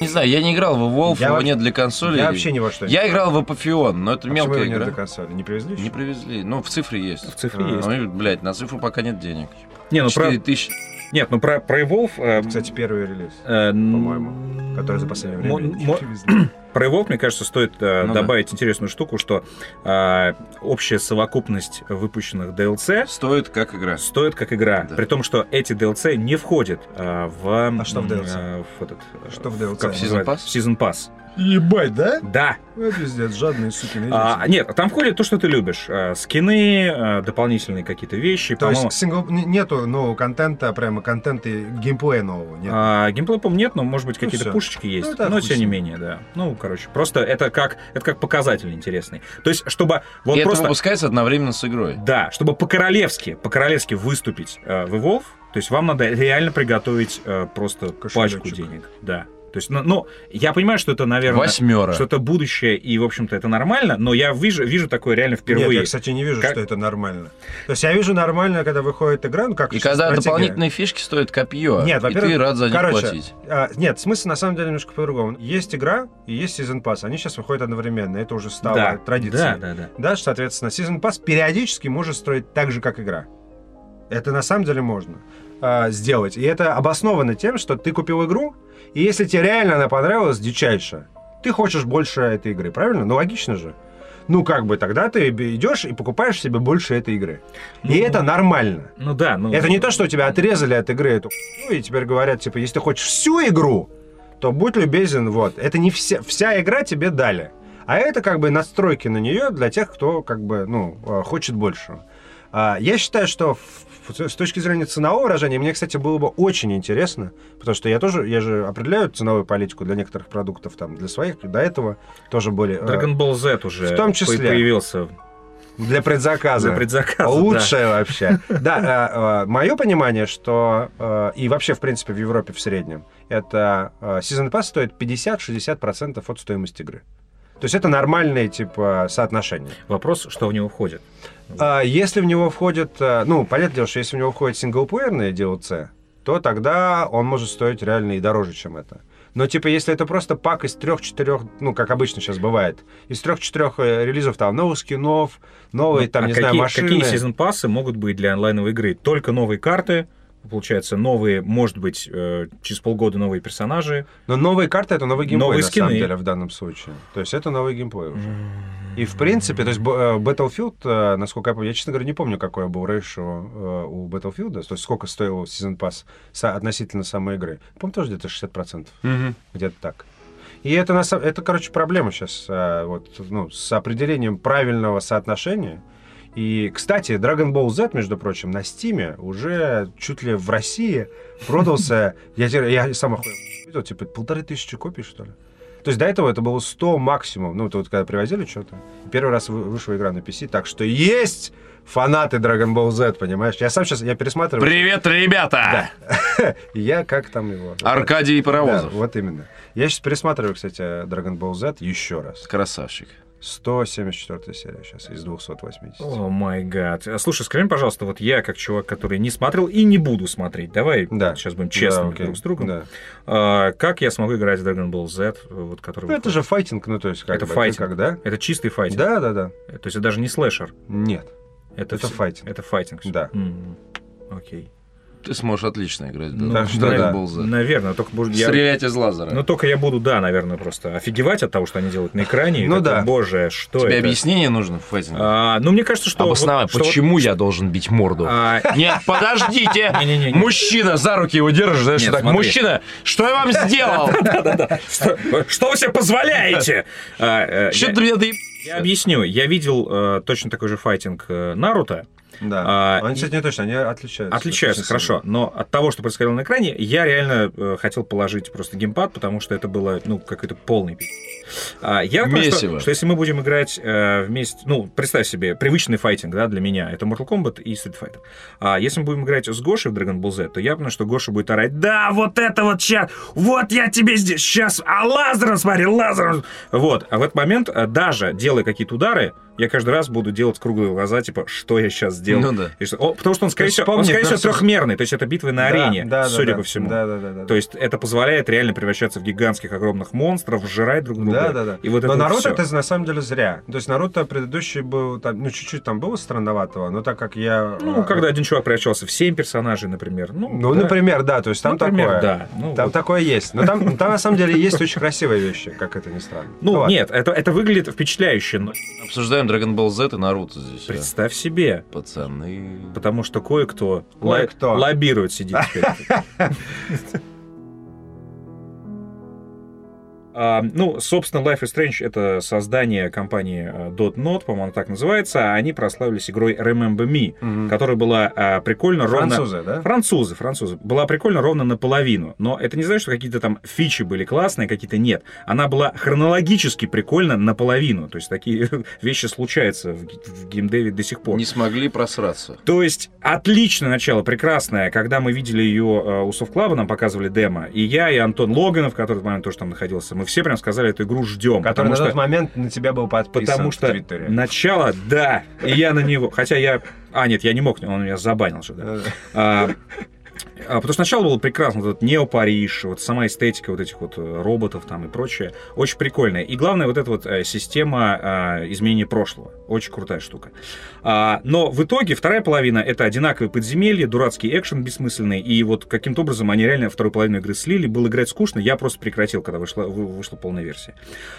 Speaker 1: Не знаю, я не играл в Wolf,
Speaker 3: Я
Speaker 1: его
Speaker 3: вообще-
Speaker 1: нет для консоли.
Speaker 3: Я вообще ни во что не
Speaker 1: Я играл в Апофеон,
Speaker 2: А
Speaker 1: но это
Speaker 3: Почему его
Speaker 1: мелкая
Speaker 3: не до
Speaker 1: игра.
Speaker 3: консоли? Не привезли
Speaker 1: Не
Speaker 3: еще?
Speaker 1: привезли. Ну, в цифре есть.
Speaker 2: В цифре
Speaker 3: А.
Speaker 2: есть.
Speaker 1: Ну, и, блядь, на цифру пока нет денег.
Speaker 2: Не, ну про,
Speaker 1: 4 тысячи.
Speaker 2: нет, ну про, про Evolve... эм,
Speaker 3: Кстати, первый релиз,
Speaker 2: э, н-
Speaker 3: по-моему, который за последнее время
Speaker 2: Мо-
Speaker 3: не
Speaker 2: мо-
Speaker 3: привезли.
Speaker 2: Про Evolve, мне кажется, стоит э,
Speaker 1: Ну да.
Speaker 2: добавить интересную штуку, что э, общая совокупность выпущенных DLC
Speaker 1: Стоит как игра.
Speaker 2: стоит как игра.
Speaker 1: Да.
Speaker 2: При том, что эти DLC не входят э, в...
Speaker 3: А что в DLC?
Speaker 2: в этот... э,
Speaker 3: Что в DLC?
Speaker 2: как
Speaker 3: Season
Speaker 2: называется?
Speaker 1: Pass?
Speaker 2: Season Pass.
Speaker 3: Ебать, да?
Speaker 2: Да.
Speaker 3: Ой, Ну, пиздец, жадные сукины
Speaker 2: А,
Speaker 3: дети.
Speaker 2: нет, там входит то, что ты любишь. А, скины, а, дополнительные какие-то вещи.
Speaker 3: То
Speaker 2: а, по-моему.
Speaker 3: есть сингл... н- нету нового контента, прямо контента и геймплея нового, нет?
Speaker 2: А, геймплея, по-моему, нет, но, может быть,
Speaker 3: Ну,
Speaker 2: какие-то
Speaker 3: всё.
Speaker 2: пушечки есть.
Speaker 3: Ну, это
Speaker 2: но,
Speaker 3: хуй с
Speaker 2: тем не
Speaker 3: ним.
Speaker 2: менее, да. Ну, короче, просто это как, это как показатель интересный. То есть, чтобы вот
Speaker 1: И это
Speaker 2: просто...
Speaker 1: выпускается одновременно с игрой.
Speaker 2: Да, чтобы по-королевски, по-королевски выступить э, в Evolve, то есть вам надо реально приготовить э, просто
Speaker 3: Кошелечек.
Speaker 2: пачку денег. Да. То есть, ну, ну, я понимаю, что это, наверное,
Speaker 1: Восьмера.
Speaker 2: что-то будущее, и, в общем-то, это нормально, но я вижу, вижу такое реально впервые.
Speaker 3: Нет, я, кстати, не вижу,
Speaker 2: Как-
Speaker 3: что это нормально. То есть я вижу нормально, когда выходит игра, ну как
Speaker 1: И когда
Speaker 3: стратегия.
Speaker 1: дополнительные фишки стоят копье,
Speaker 3: Нет,
Speaker 1: и ты
Speaker 3: во-первых,
Speaker 1: рад за них
Speaker 3: короче,
Speaker 1: платить.
Speaker 3: А, нет, смысл на самом деле немножко по-другому. Есть игра и есть Season Pass. Они сейчас выходят одновременно. Это уже стало
Speaker 2: да.
Speaker 3: традицией.
Speaker 2: Да, да, да.
Speaker 3: Да, что, соответственно, Season Pass периодически может строить так же, как игра. Это на самом деле можно а, сделать. И это обосновано тем, что ты купил игру, и если тебе реально она понравилась, дичайше, ты хочешь больше этой игры, правильно? Ну, логично же. Ну, как бы тогда ты б- идешь и покупаешь себе больше этой игры. И
Speaker 2: Ну,
Speaker 3: это нормально.
Speaker 2: Ну да, ну...
Speaker 3: Это не то, что тебя отрезали от игры эту хуйню, и теперь говорят, типа, если ты хочешь всю игру, то будь любезен, вот. Это не вся, вся игра тебе дали. А это как бы настройки на нее для тех, кто как бы, ну, э, хочет больше. А, Я считаю, что в- в- с точки зрения ценового выражения, мне, кстати, было бы очень интересно, потому что я тоже, я же определяю ценовую политику для некоторых продуктов, там, для своих, до этого тоже были э,
Speaker 2: Dragon Ball Z уже
Speaker 3: В том
Speaker 2: по-
Speaker 3: числе.
Speaker 2: появился
Speaker 3: для предзаказа.
Speaker 2: за предзаказ.
Speaker 3: Лучшее вообще. Да, мое понимание, что э, и вообще, в принципе, в Европе в среднем, это э, Season Pass стоит 50-60% от стоимости игры. То есть это нормальное, типа, соотношение.
Speaker 2: Вопрос, что в него входит.
Speaker 3: А если в него входит, э, ну, понятное дело, что если в него входит синглплеерное DLC, то тогда он может стоить реально и дороже, чем это. Но, типа, если это просто пак из трех-четырех, ну, как обычно сейчас бывает, из трех-четырех релизов, там, новых скинов, новые,
Speaker 2: Ну,
Speaker 3: там,
Speaker 2: а
Speaker 3: не
Speaker 2: какие,
Speaker 3: знаю, машины.
Speaker 2: Какие сезон-пассы могут быть для онлайновой игры? Только новые карты, получается, новые, может быть, э, через полгода новые персонажи.
Speaker 3: Но новые карты это новый геймплей,
Speaker 2: Новые
Speaker 3: на самом
Speaker 2: скины.
Speaker 3: деле, в данном случае. То есть это новый геймплей уже. И в принципе, то есть б- э, Battlefield, э, насколько я помню, я, честно говоря, не помню, какой был рейшо э, у Battlefield, то есть сколько стоил Season Pass со- относительно самой игры. По-моему, тоже где-то 60%,
Speaker 1: Мгм.
Speaker 3: где-то так. И это, на сам- это, короче, проблема сейчас вот, ну, с определением правильного соотношения. И, кстати, Dragon Ball Z, между прочим, на Стиме уже чуть ли в России продался, я, теперь- я сам охуел, видел, типа, полторы тысячи копий, что ли? То есть до этого это было 100 максимум. Ну, это вот когда привозили что-то. Первый раз вы- вышла игра на PC, так что есть фанаты Dragon Ball Z, понимаешь? Я сам сейчас, я пересматриваю.
Speaker 1: Привет, ребята!
Speaker 3: и Я как там его?
Speaker 1: Аркадий
Speaker 3: Да,
Speaker 1: Паровозов.
Speaker 3: вот именно. Я сейчас пересматриваю, кстати, Dragon Ball Z еще раз.
Speaker 1: Красавчик.
Speaker 3: 174 серия сейчас из 280.
Speaker 2: О май гад. А, Слушай, скажи, мне, пожалуйста, вот я, как чувак, который не смотрел и не буду смотреть, давай
Speaker 3: Да.
Speaker 2: сейчас будем
Speaker 3: Да,
Speaker 2: честными
Speaker 3: окей,
Speaker 2: друг с другом,
Speaker 3: да.
Speaker 2: А, как я смогу играть в Dragon Ball Z, э, вот, который...
Speaker 3: Ну, это
Speaker 2: выходит?
Speaker 3: же файтинг, ну, то есть как
Speaker 2: Это
Speaker 3: бы,
Speaker 2: файтинг.
Speaker 3: ты как, да?
Speaker 2: Это чистый файтинг.
Speaker 3: Да, да, да.
Speaker 2: То есть это даже не слэшер.
Speaker 3: Нет,
Speaker 2: Это,
Speaker 3: это
Speaker 2: вс-
Speaker 3: файтинг.
Speaker 2: Это файтинг. всё.
Speaker 3: Да.
Speaker 2: М, Окей.
Speaker 1: Ты сможешь отлично играть. в
Speaker 2: Ну,
Speaker 1: Dragon
Speaker 3: да, да.
Speaker 1: Ball Z.
Speaker 2: Наверное, только может, я-
Speaker 1: Стрелять из лазера.
Speaker 2: Ну, только я буду, да, наверное, просто офигевать от того, что они делают на экране. и
Speaker 3: Ну
Speaker 2: такой,
Speaker 3: да.
Speaker 2: Боже, что
Speaker 1: Тебе
Speaker 2: это?
Speaker 1: объяснение нужно в файтинге?
Speaker 2: А, ну, мне кажется, что...
Speaker 1: Обосновай,
Speaker 2: вот- что вот-
Speaker 1: почему я должен бить морду?
Speaker 2: а,
Speaker 1: Нет, подождите!
Speaker 2: Не-не-не.
Speaker 1: Мужчина за руки его держит, знаешь,
Speaker 2: Нет,
Speaker 1: так.
Speaker 2: смотри.
Speaker 1: Мужчина, что я вам сделал?
Speaker 2: что, что вы себе позволяете? А, э,
Speaker 1: Что
Speaker 2: я-
Speaker 1: ты меня доеб-
Speaker 2: Я объясню. Я видел э, точно такой же файтинг э, Наруто.
Speaker 3: да.
Speaker 2: А,
Speaker 3: они, кстати, не точно, они отличаются.
Speaker 2: Отличаются,
Speaker 3: Очень
Speaker 2: хорошо.
Speaker 3: сильно.
Speaker 2: Но от того, что происходило на экране, я реально э, хотел положить просто геймпад, потому что это было, ну, какой-то полный пи***. А, я думаю,
Speaker 1: Месиво.
Speaker 2: что, что если мы будем играть э, вместе, ну, представь себе, привычный файтинг, да, для меня, это Mortal Kombat и Street Fighter. А если мы будем играть с Гошей в Dragon Ball Z, то я понимаю, что Гоша будет орать, да, вот это вот сейчас, вот я тебе здесь, сейчас, а лазером смотри, лазером. Вот, а в этот момент, э, даже делая какие-то удары, я каждый раз буду делать круглые глаза, типа, что я сейчас сделал.
Speaker 1: Ну да.
Speaker 2: И что- о, потому что он, скорее
Speaker 3: есть
Speaker 2: всего, он,
Speaker 3: вспомнить
Speaker 2: скорее всего,
Speaker 3: просто-
Speaker 2: трехмерный. То есть это битвы на
Speaker 3: Да,
Speaker 2: арене,
Speaker 3: да, да,
Speaker 2: судя
Speaker 3: да.
Speaker 2: по всему.
Speaker 3: Да, да, да. да.
Speaker 2: То есть это позволяет реально превращаться в гигантских огромных монстров, жрать друг друга.
Speaker 3: Да, да, да.
Speaker 2: ну, И вот
Speaker 3: но
Speaker 2: это вот
Speaker 3: Наруто
Speaker 2: всё.
Speaker 3: это на самом деле зря. То есть Наруто предыдущий был там, ну чуть-чуть там было странноватого, но так как я.
Speaker 2: Ну,
Speaker 3: э,
Speaker 2: когда один чувак превращался в семь персонажей, например. Ну,
Speaker 3: Ну,
Speaker 2: да.
Speaker 3: например, да, то есть там
Speaker 2: Например,
Speaker 3: такое.
Speaker 2: да. Ну,
Speaker 3: Там
Speaker 2: вот.
Speaker 3: такое есть. Но там, там на самом деле есть очень красивые вещи, как это ни странно.
Speaker 2: Ну,
Speaker 3: ладно.
Speaker 2: нет, это, это выглядит впечатляюще. Но
Speaker 1: Обсуждаем Dragon Ball Z и Наруто здесь. а.
Speaker 2: представь себе,
Speaker 1: Пацаны.
Speaker 2: потому что кое-кто,
Speaker 3: Кое-кто.
Speaker 2: лоббирует сидеть. теперь. А, ну, собственно, Life is Strange — это создание компании э, .NOT, по-моему, она так называется. а Они прославились игрой Remember Me,
Speaker 3: Мгм.
Speaker 2: которая была э, прикольно ровно...
Speaker 3: Французы, да?
Speaker 2: Французы, французы. Была прикольно ровно наполовину. Но это не значит, что какие-то там фичи были классные, какие-то нет. Она была хронологически прикольно наполовину. То есть такие вещи случаются в, г- в геймдеве до сих пор.
Speaker 1: Не смогли просраться.
Speaker 2: То есть отличное начало, прекрасное. Когда мы видели ее э, у Софтклаба, нам показывали демо. И я, и Антон Логанов, который в тот момент тоже там находился, мы все прям сказали, эту игру ждем.
Speaker 3: Который на
Speaker 2: потому
Speaker 3: тот
Speaker 2: что,
Speaker 3: момент на тебя был подписан
Speaker 2: потому
Speaker 3: в
Speaker 2: что
Speaker 3: Твиттере. Э,
Speaker 2: начало, да. И я на него. Хотя я. А, нет, я не мог, он меня забанил же, да. А, а, Потому что сначала было прекрасно, вот этот Нео Париж, вот сама эстетика вот этих вот э, роботов там и прочее, очень прикольная. И главное, вот эта вот э, система а, изменения прошлого, очень крутая штука. А, Но в итоге вторая половина — это одинаковые подземелья, дурацкий экшен бессмысленный, и вот каким-то образом они реально вторую половину игры слили, было играть скучно, я просто прекратил, когда вышла, вы- вышла полная версия.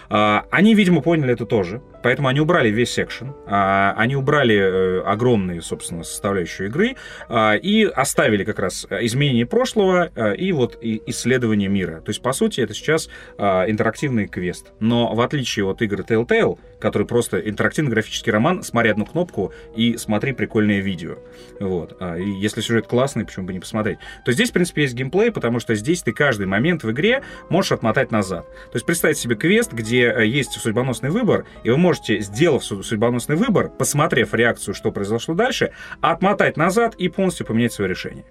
Speaker 2: А, Они, видимо, поняли это тоже, поэтому они убрали весь экшен, а, они убрали э, огромные, собственно, составляющие игры, а, и оставили как раз э, изменение прошлого э, и вот и- исследование мира. То есть, по сути, это сейчас а, интерактивный квест. Но в отличие от игр Telltale, который просто интерактивный графический роман, смотри одну кнопку и смотри прикольное видео. Вот. А, И если сюжет классный, почему бы не посмотреть? То здесь, в принципе, есть геймплей, потому что здесь ты каждый момент в игре можешь отмотать назад. То есть представьте себе квест, где э, есть судьбоносный выбор, и вы можете, сделав су- судьбоносный выбор, посмотрев реакцию, что произошло дальше, отмотать назад и полностью поменять свое решение.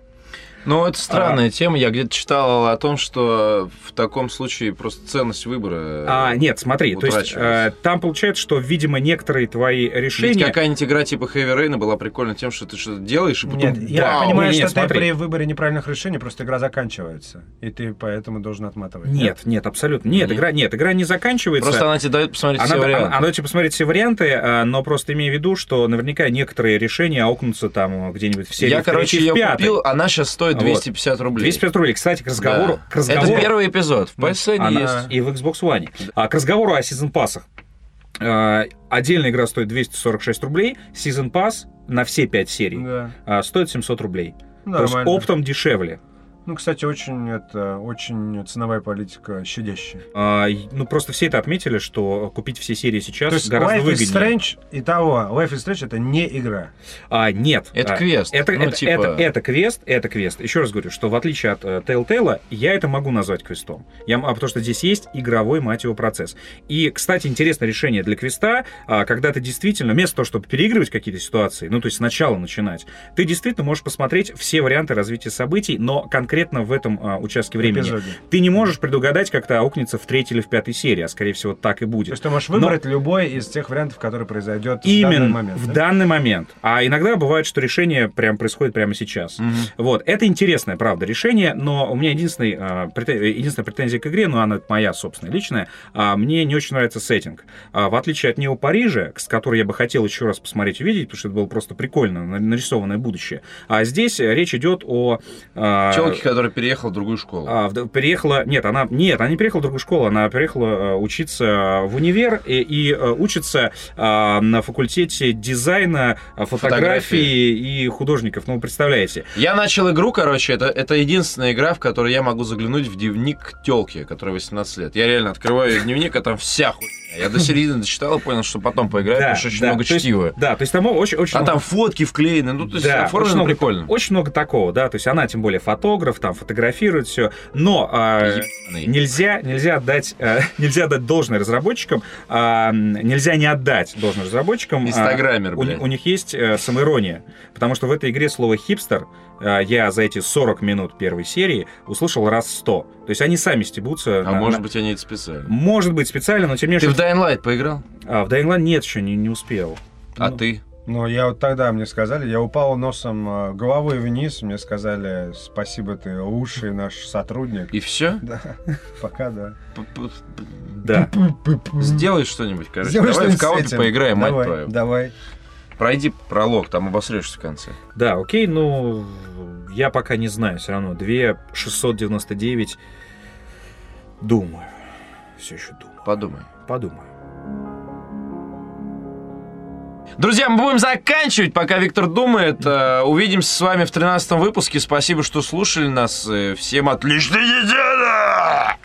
Speaker 1: Ну, это странная
Speaker 2: А.
Speaker 1: тема. Я где-то читал о том, что в таком случае просто ценность выбора.
Speaker 2: А, нет, смотри, то есть
Speaker 1: утрачивается.
Speaker 2: э, там получается, что, видимо, некоторые твои
Speaker 1: Ведь
Speaker 2: решения...
Speaker 1: какая-нибудь игра типа Heavy Rain была прикольна тем, что ты что-то делаешь, и потом...
Speaker 3: Нет, я
Speaker 1: бау!
Speaker 3: понимаю,
Speaker 2: Не, не,
Speaker 3: что ты
Speaker 2: смотри.
Speaker 3: при выборе неправильных решений просто игра заканчивается. И ты поэтому должен отматывать.
Speaker 2: Нет, нет, абсолютно. Нет,
Speaker 1: Нет.
Speaker 2: игра, нет, игра не заканчивается.
Speaker 1: Просто она тебе дает посмотреть
Speaker 2: Она,
Speaker 1: все варианты.
Speaker 2: она- она тебе посмотрит все варианты, а, но просто имея в виду, что наверняка некоторые решения аукнутся там где-нибудь в серии
Speaker 1: я,
Speaker 2: в третьей,
Speaker 1: короче,
Speaker 2: в
Speaker 1: ее
Speaker 2: пятой.
Speaker 1: купил, она сейчас стоит
Speaker 2: Вот.
Speaker 1: 250 рублей.
Speaker 2: 250 рублей. Кстати, к разговору...
Speaker 1: Да.
Speaker 2: К разговору
Speaker 1: Это первый эпизод. В PSN
Speaker 2: Она-
Speaker 1: есть.
Speaker 2: И в Xbox One. А к разговору о сезон пассах. Э, Отдельная игра стоит 246 рублей, сезон пасс на все 5 серий
Speaker 3: Да.
Speaker 2: э, стоит 700 рублей. То
Speaker 3: Нормально.
Speaker 2: есть оптом дешевле.
Speaker 3: Ну, кстати, очень это очень ценовая политика щадящая.
Speaker 2: А, и- ну, просто все это отметили, что купить все серии сейчас
Speaker 3: То есть
Speaker 2: гораздо
Speaker 3: Life is
Speaker 2: выгоднее.
Speaker 3: Strange и того. Life is Strange это не игра.
Speaker 2: А, нет.
Speaker 1: Это
Speaker 2: А,
Speaker 1: квест.
Speaker 2: Это,
Speaker 1: Ну,
Speaker 2: это-
Speaker 1: типа-
Speaker 2: это- это квест, это квест. Еще раз говорю, что в отличие от э, Telltale, я это могу назвать квестом. Я, м- а потому что здесь есть игровой, мать его, процесс. И, кстати, интересное решение для квеста, а, когда ты действительно, вместо того, чтобы переигрывать какие-то ситуации, ну, то есть сначала начинать, ты действительно можешь посмотреть все варианты развития событий, но конкретно в этом а, участке времени.
Speaker 3: Эпизоде.
Speaker 2: Ты не можешь предугадать, как это аукнется в третьей или в пятой серии, а, скорее всего, так и
Speaker 3: То
Speaker 2: будет.
Speaker 3: есть ты можешь
Speaker 2: Но-
Speaker 3: выбрать любой из тех вариантов, который произойдет в
Speaker 2: Именно
Speaker 3: данный момент.
Speaker 2: в
Speaker 3: да?
Speaker 2: данный момент. А иногда бывает, что решение прям происходит прямо сейчас.
Speaker 1: Мгм.
Speaker 2: Вот, это интересное, правда, решение, но у меня единственный, а, прете- э, единственная претензия к игре, но она моя собственная, личная, а, мне не очень нравится сеттинг. А, в отличие от Нео Парижа, с которой я бы хотел еще раз посмотреть и увидеть, потому что это было просто прикольно, на- нарисованное будущее, а здесь э, речь идет о... а,
Speaker 1: Челки, который переехал в другую школу.
Speaker 2: а, вд- переехала... Нет, она... Нет, она не переехала в другую школу, она переехала э, учиться в универ и, и, э, учится а, на факультете дизайна, э, фотографии и художников. Ну, вы представляете.
Speaker 1: Я начал игру, короче, это, это единственная игра, в которой я могу заглянуть в дневник телки, которой 18 лет. Я реально открываю дневник, а там вся хуйня. Я до середины дочитал и понял, что потом поиграю,
Speaker 2: Да,
Speaker 1: потому что очень
Speaker 2: да,
Speaker 1: много
Speaker 2: то есть-
Speaker 1: чтива.
Speaker 2: Да, то есть там очень... очень
Speaker 1: А
Speaker 2: много-
Speaker 1: там фотки вклеены, ну, то есть
Speaker 2: Да, очень
Speaker 1: оформлено
Speaker 2: много-
Speaker 1: прикольно.
Speaker 2: Очень много такого, да, то есть она, тем более, фотограф, там, фотографирует все, но а,
Speaker 1: Ебаный.
Speaker 2: нельзя, нельзя отдать, э, нельзя отдать должное разработчикам, а, м, нельзя не отдать должное разработчикам. а,
Speaker 1: Инстаграмер,
Speaker 2: у,
Speaker 1: блядь.
Speaker 2: у них есть э, самоирония, потому что в этой игре слово «хипстер» э, я за эти 40 минут первой серии услышал раз 100. То есть они сами стебутся.
Speaker 1: А
Speaker 2: на-
Speaker 1: может
Speaker 2: на-
Speaker 1: быть, они это специально.
Speaker 2: Может быть, специально, но тем не
Speaker 1: Ты
Speaker 2: менее...
Speaker 1: в Dying Light поиграл?
Speaker 2: А, в Dying Light нет, еще не, не успел.
Speaker 1: А
Speaker 2: Ну,
Speaker 1: ты?
Speaker 3: Ну, я вот тогда, мне сказали, я упал носом э, головой вниз, мне сказали, спасибо, ты лучший наш сотрудник.
Speaker 1: И все?
Speaker 3: Да, пока да.
Speaker 2: Да.
Speaker 1: Сделай что-нибудь, короче.
Speaker 3: Сделай
Speaker 1: Давай
Speaker 3: что-нибудь
Speaker 1: в кого
Speaker 3: с этим.
Speaker 1: поиграем, мать
Speaker 3: Давай,
Speaker 1: твою.
Speaker 3: Давай.
Speaker 1: Пройди пролог, там обосрешься в конце.
Speaker 2: Да, окей, ну я пока не знаю, все равно 2 699 думаю. Все еще думаю.
Speaker 1: Подумай.
Speaker 2: Подумаю.
Speaker 1: Друзья, мы будем заканчивать, пока Виктор думает. Э, Увидимся с вами в 13 выпуске. Спасибо, что слушали нас. Э, Всем отличной недели!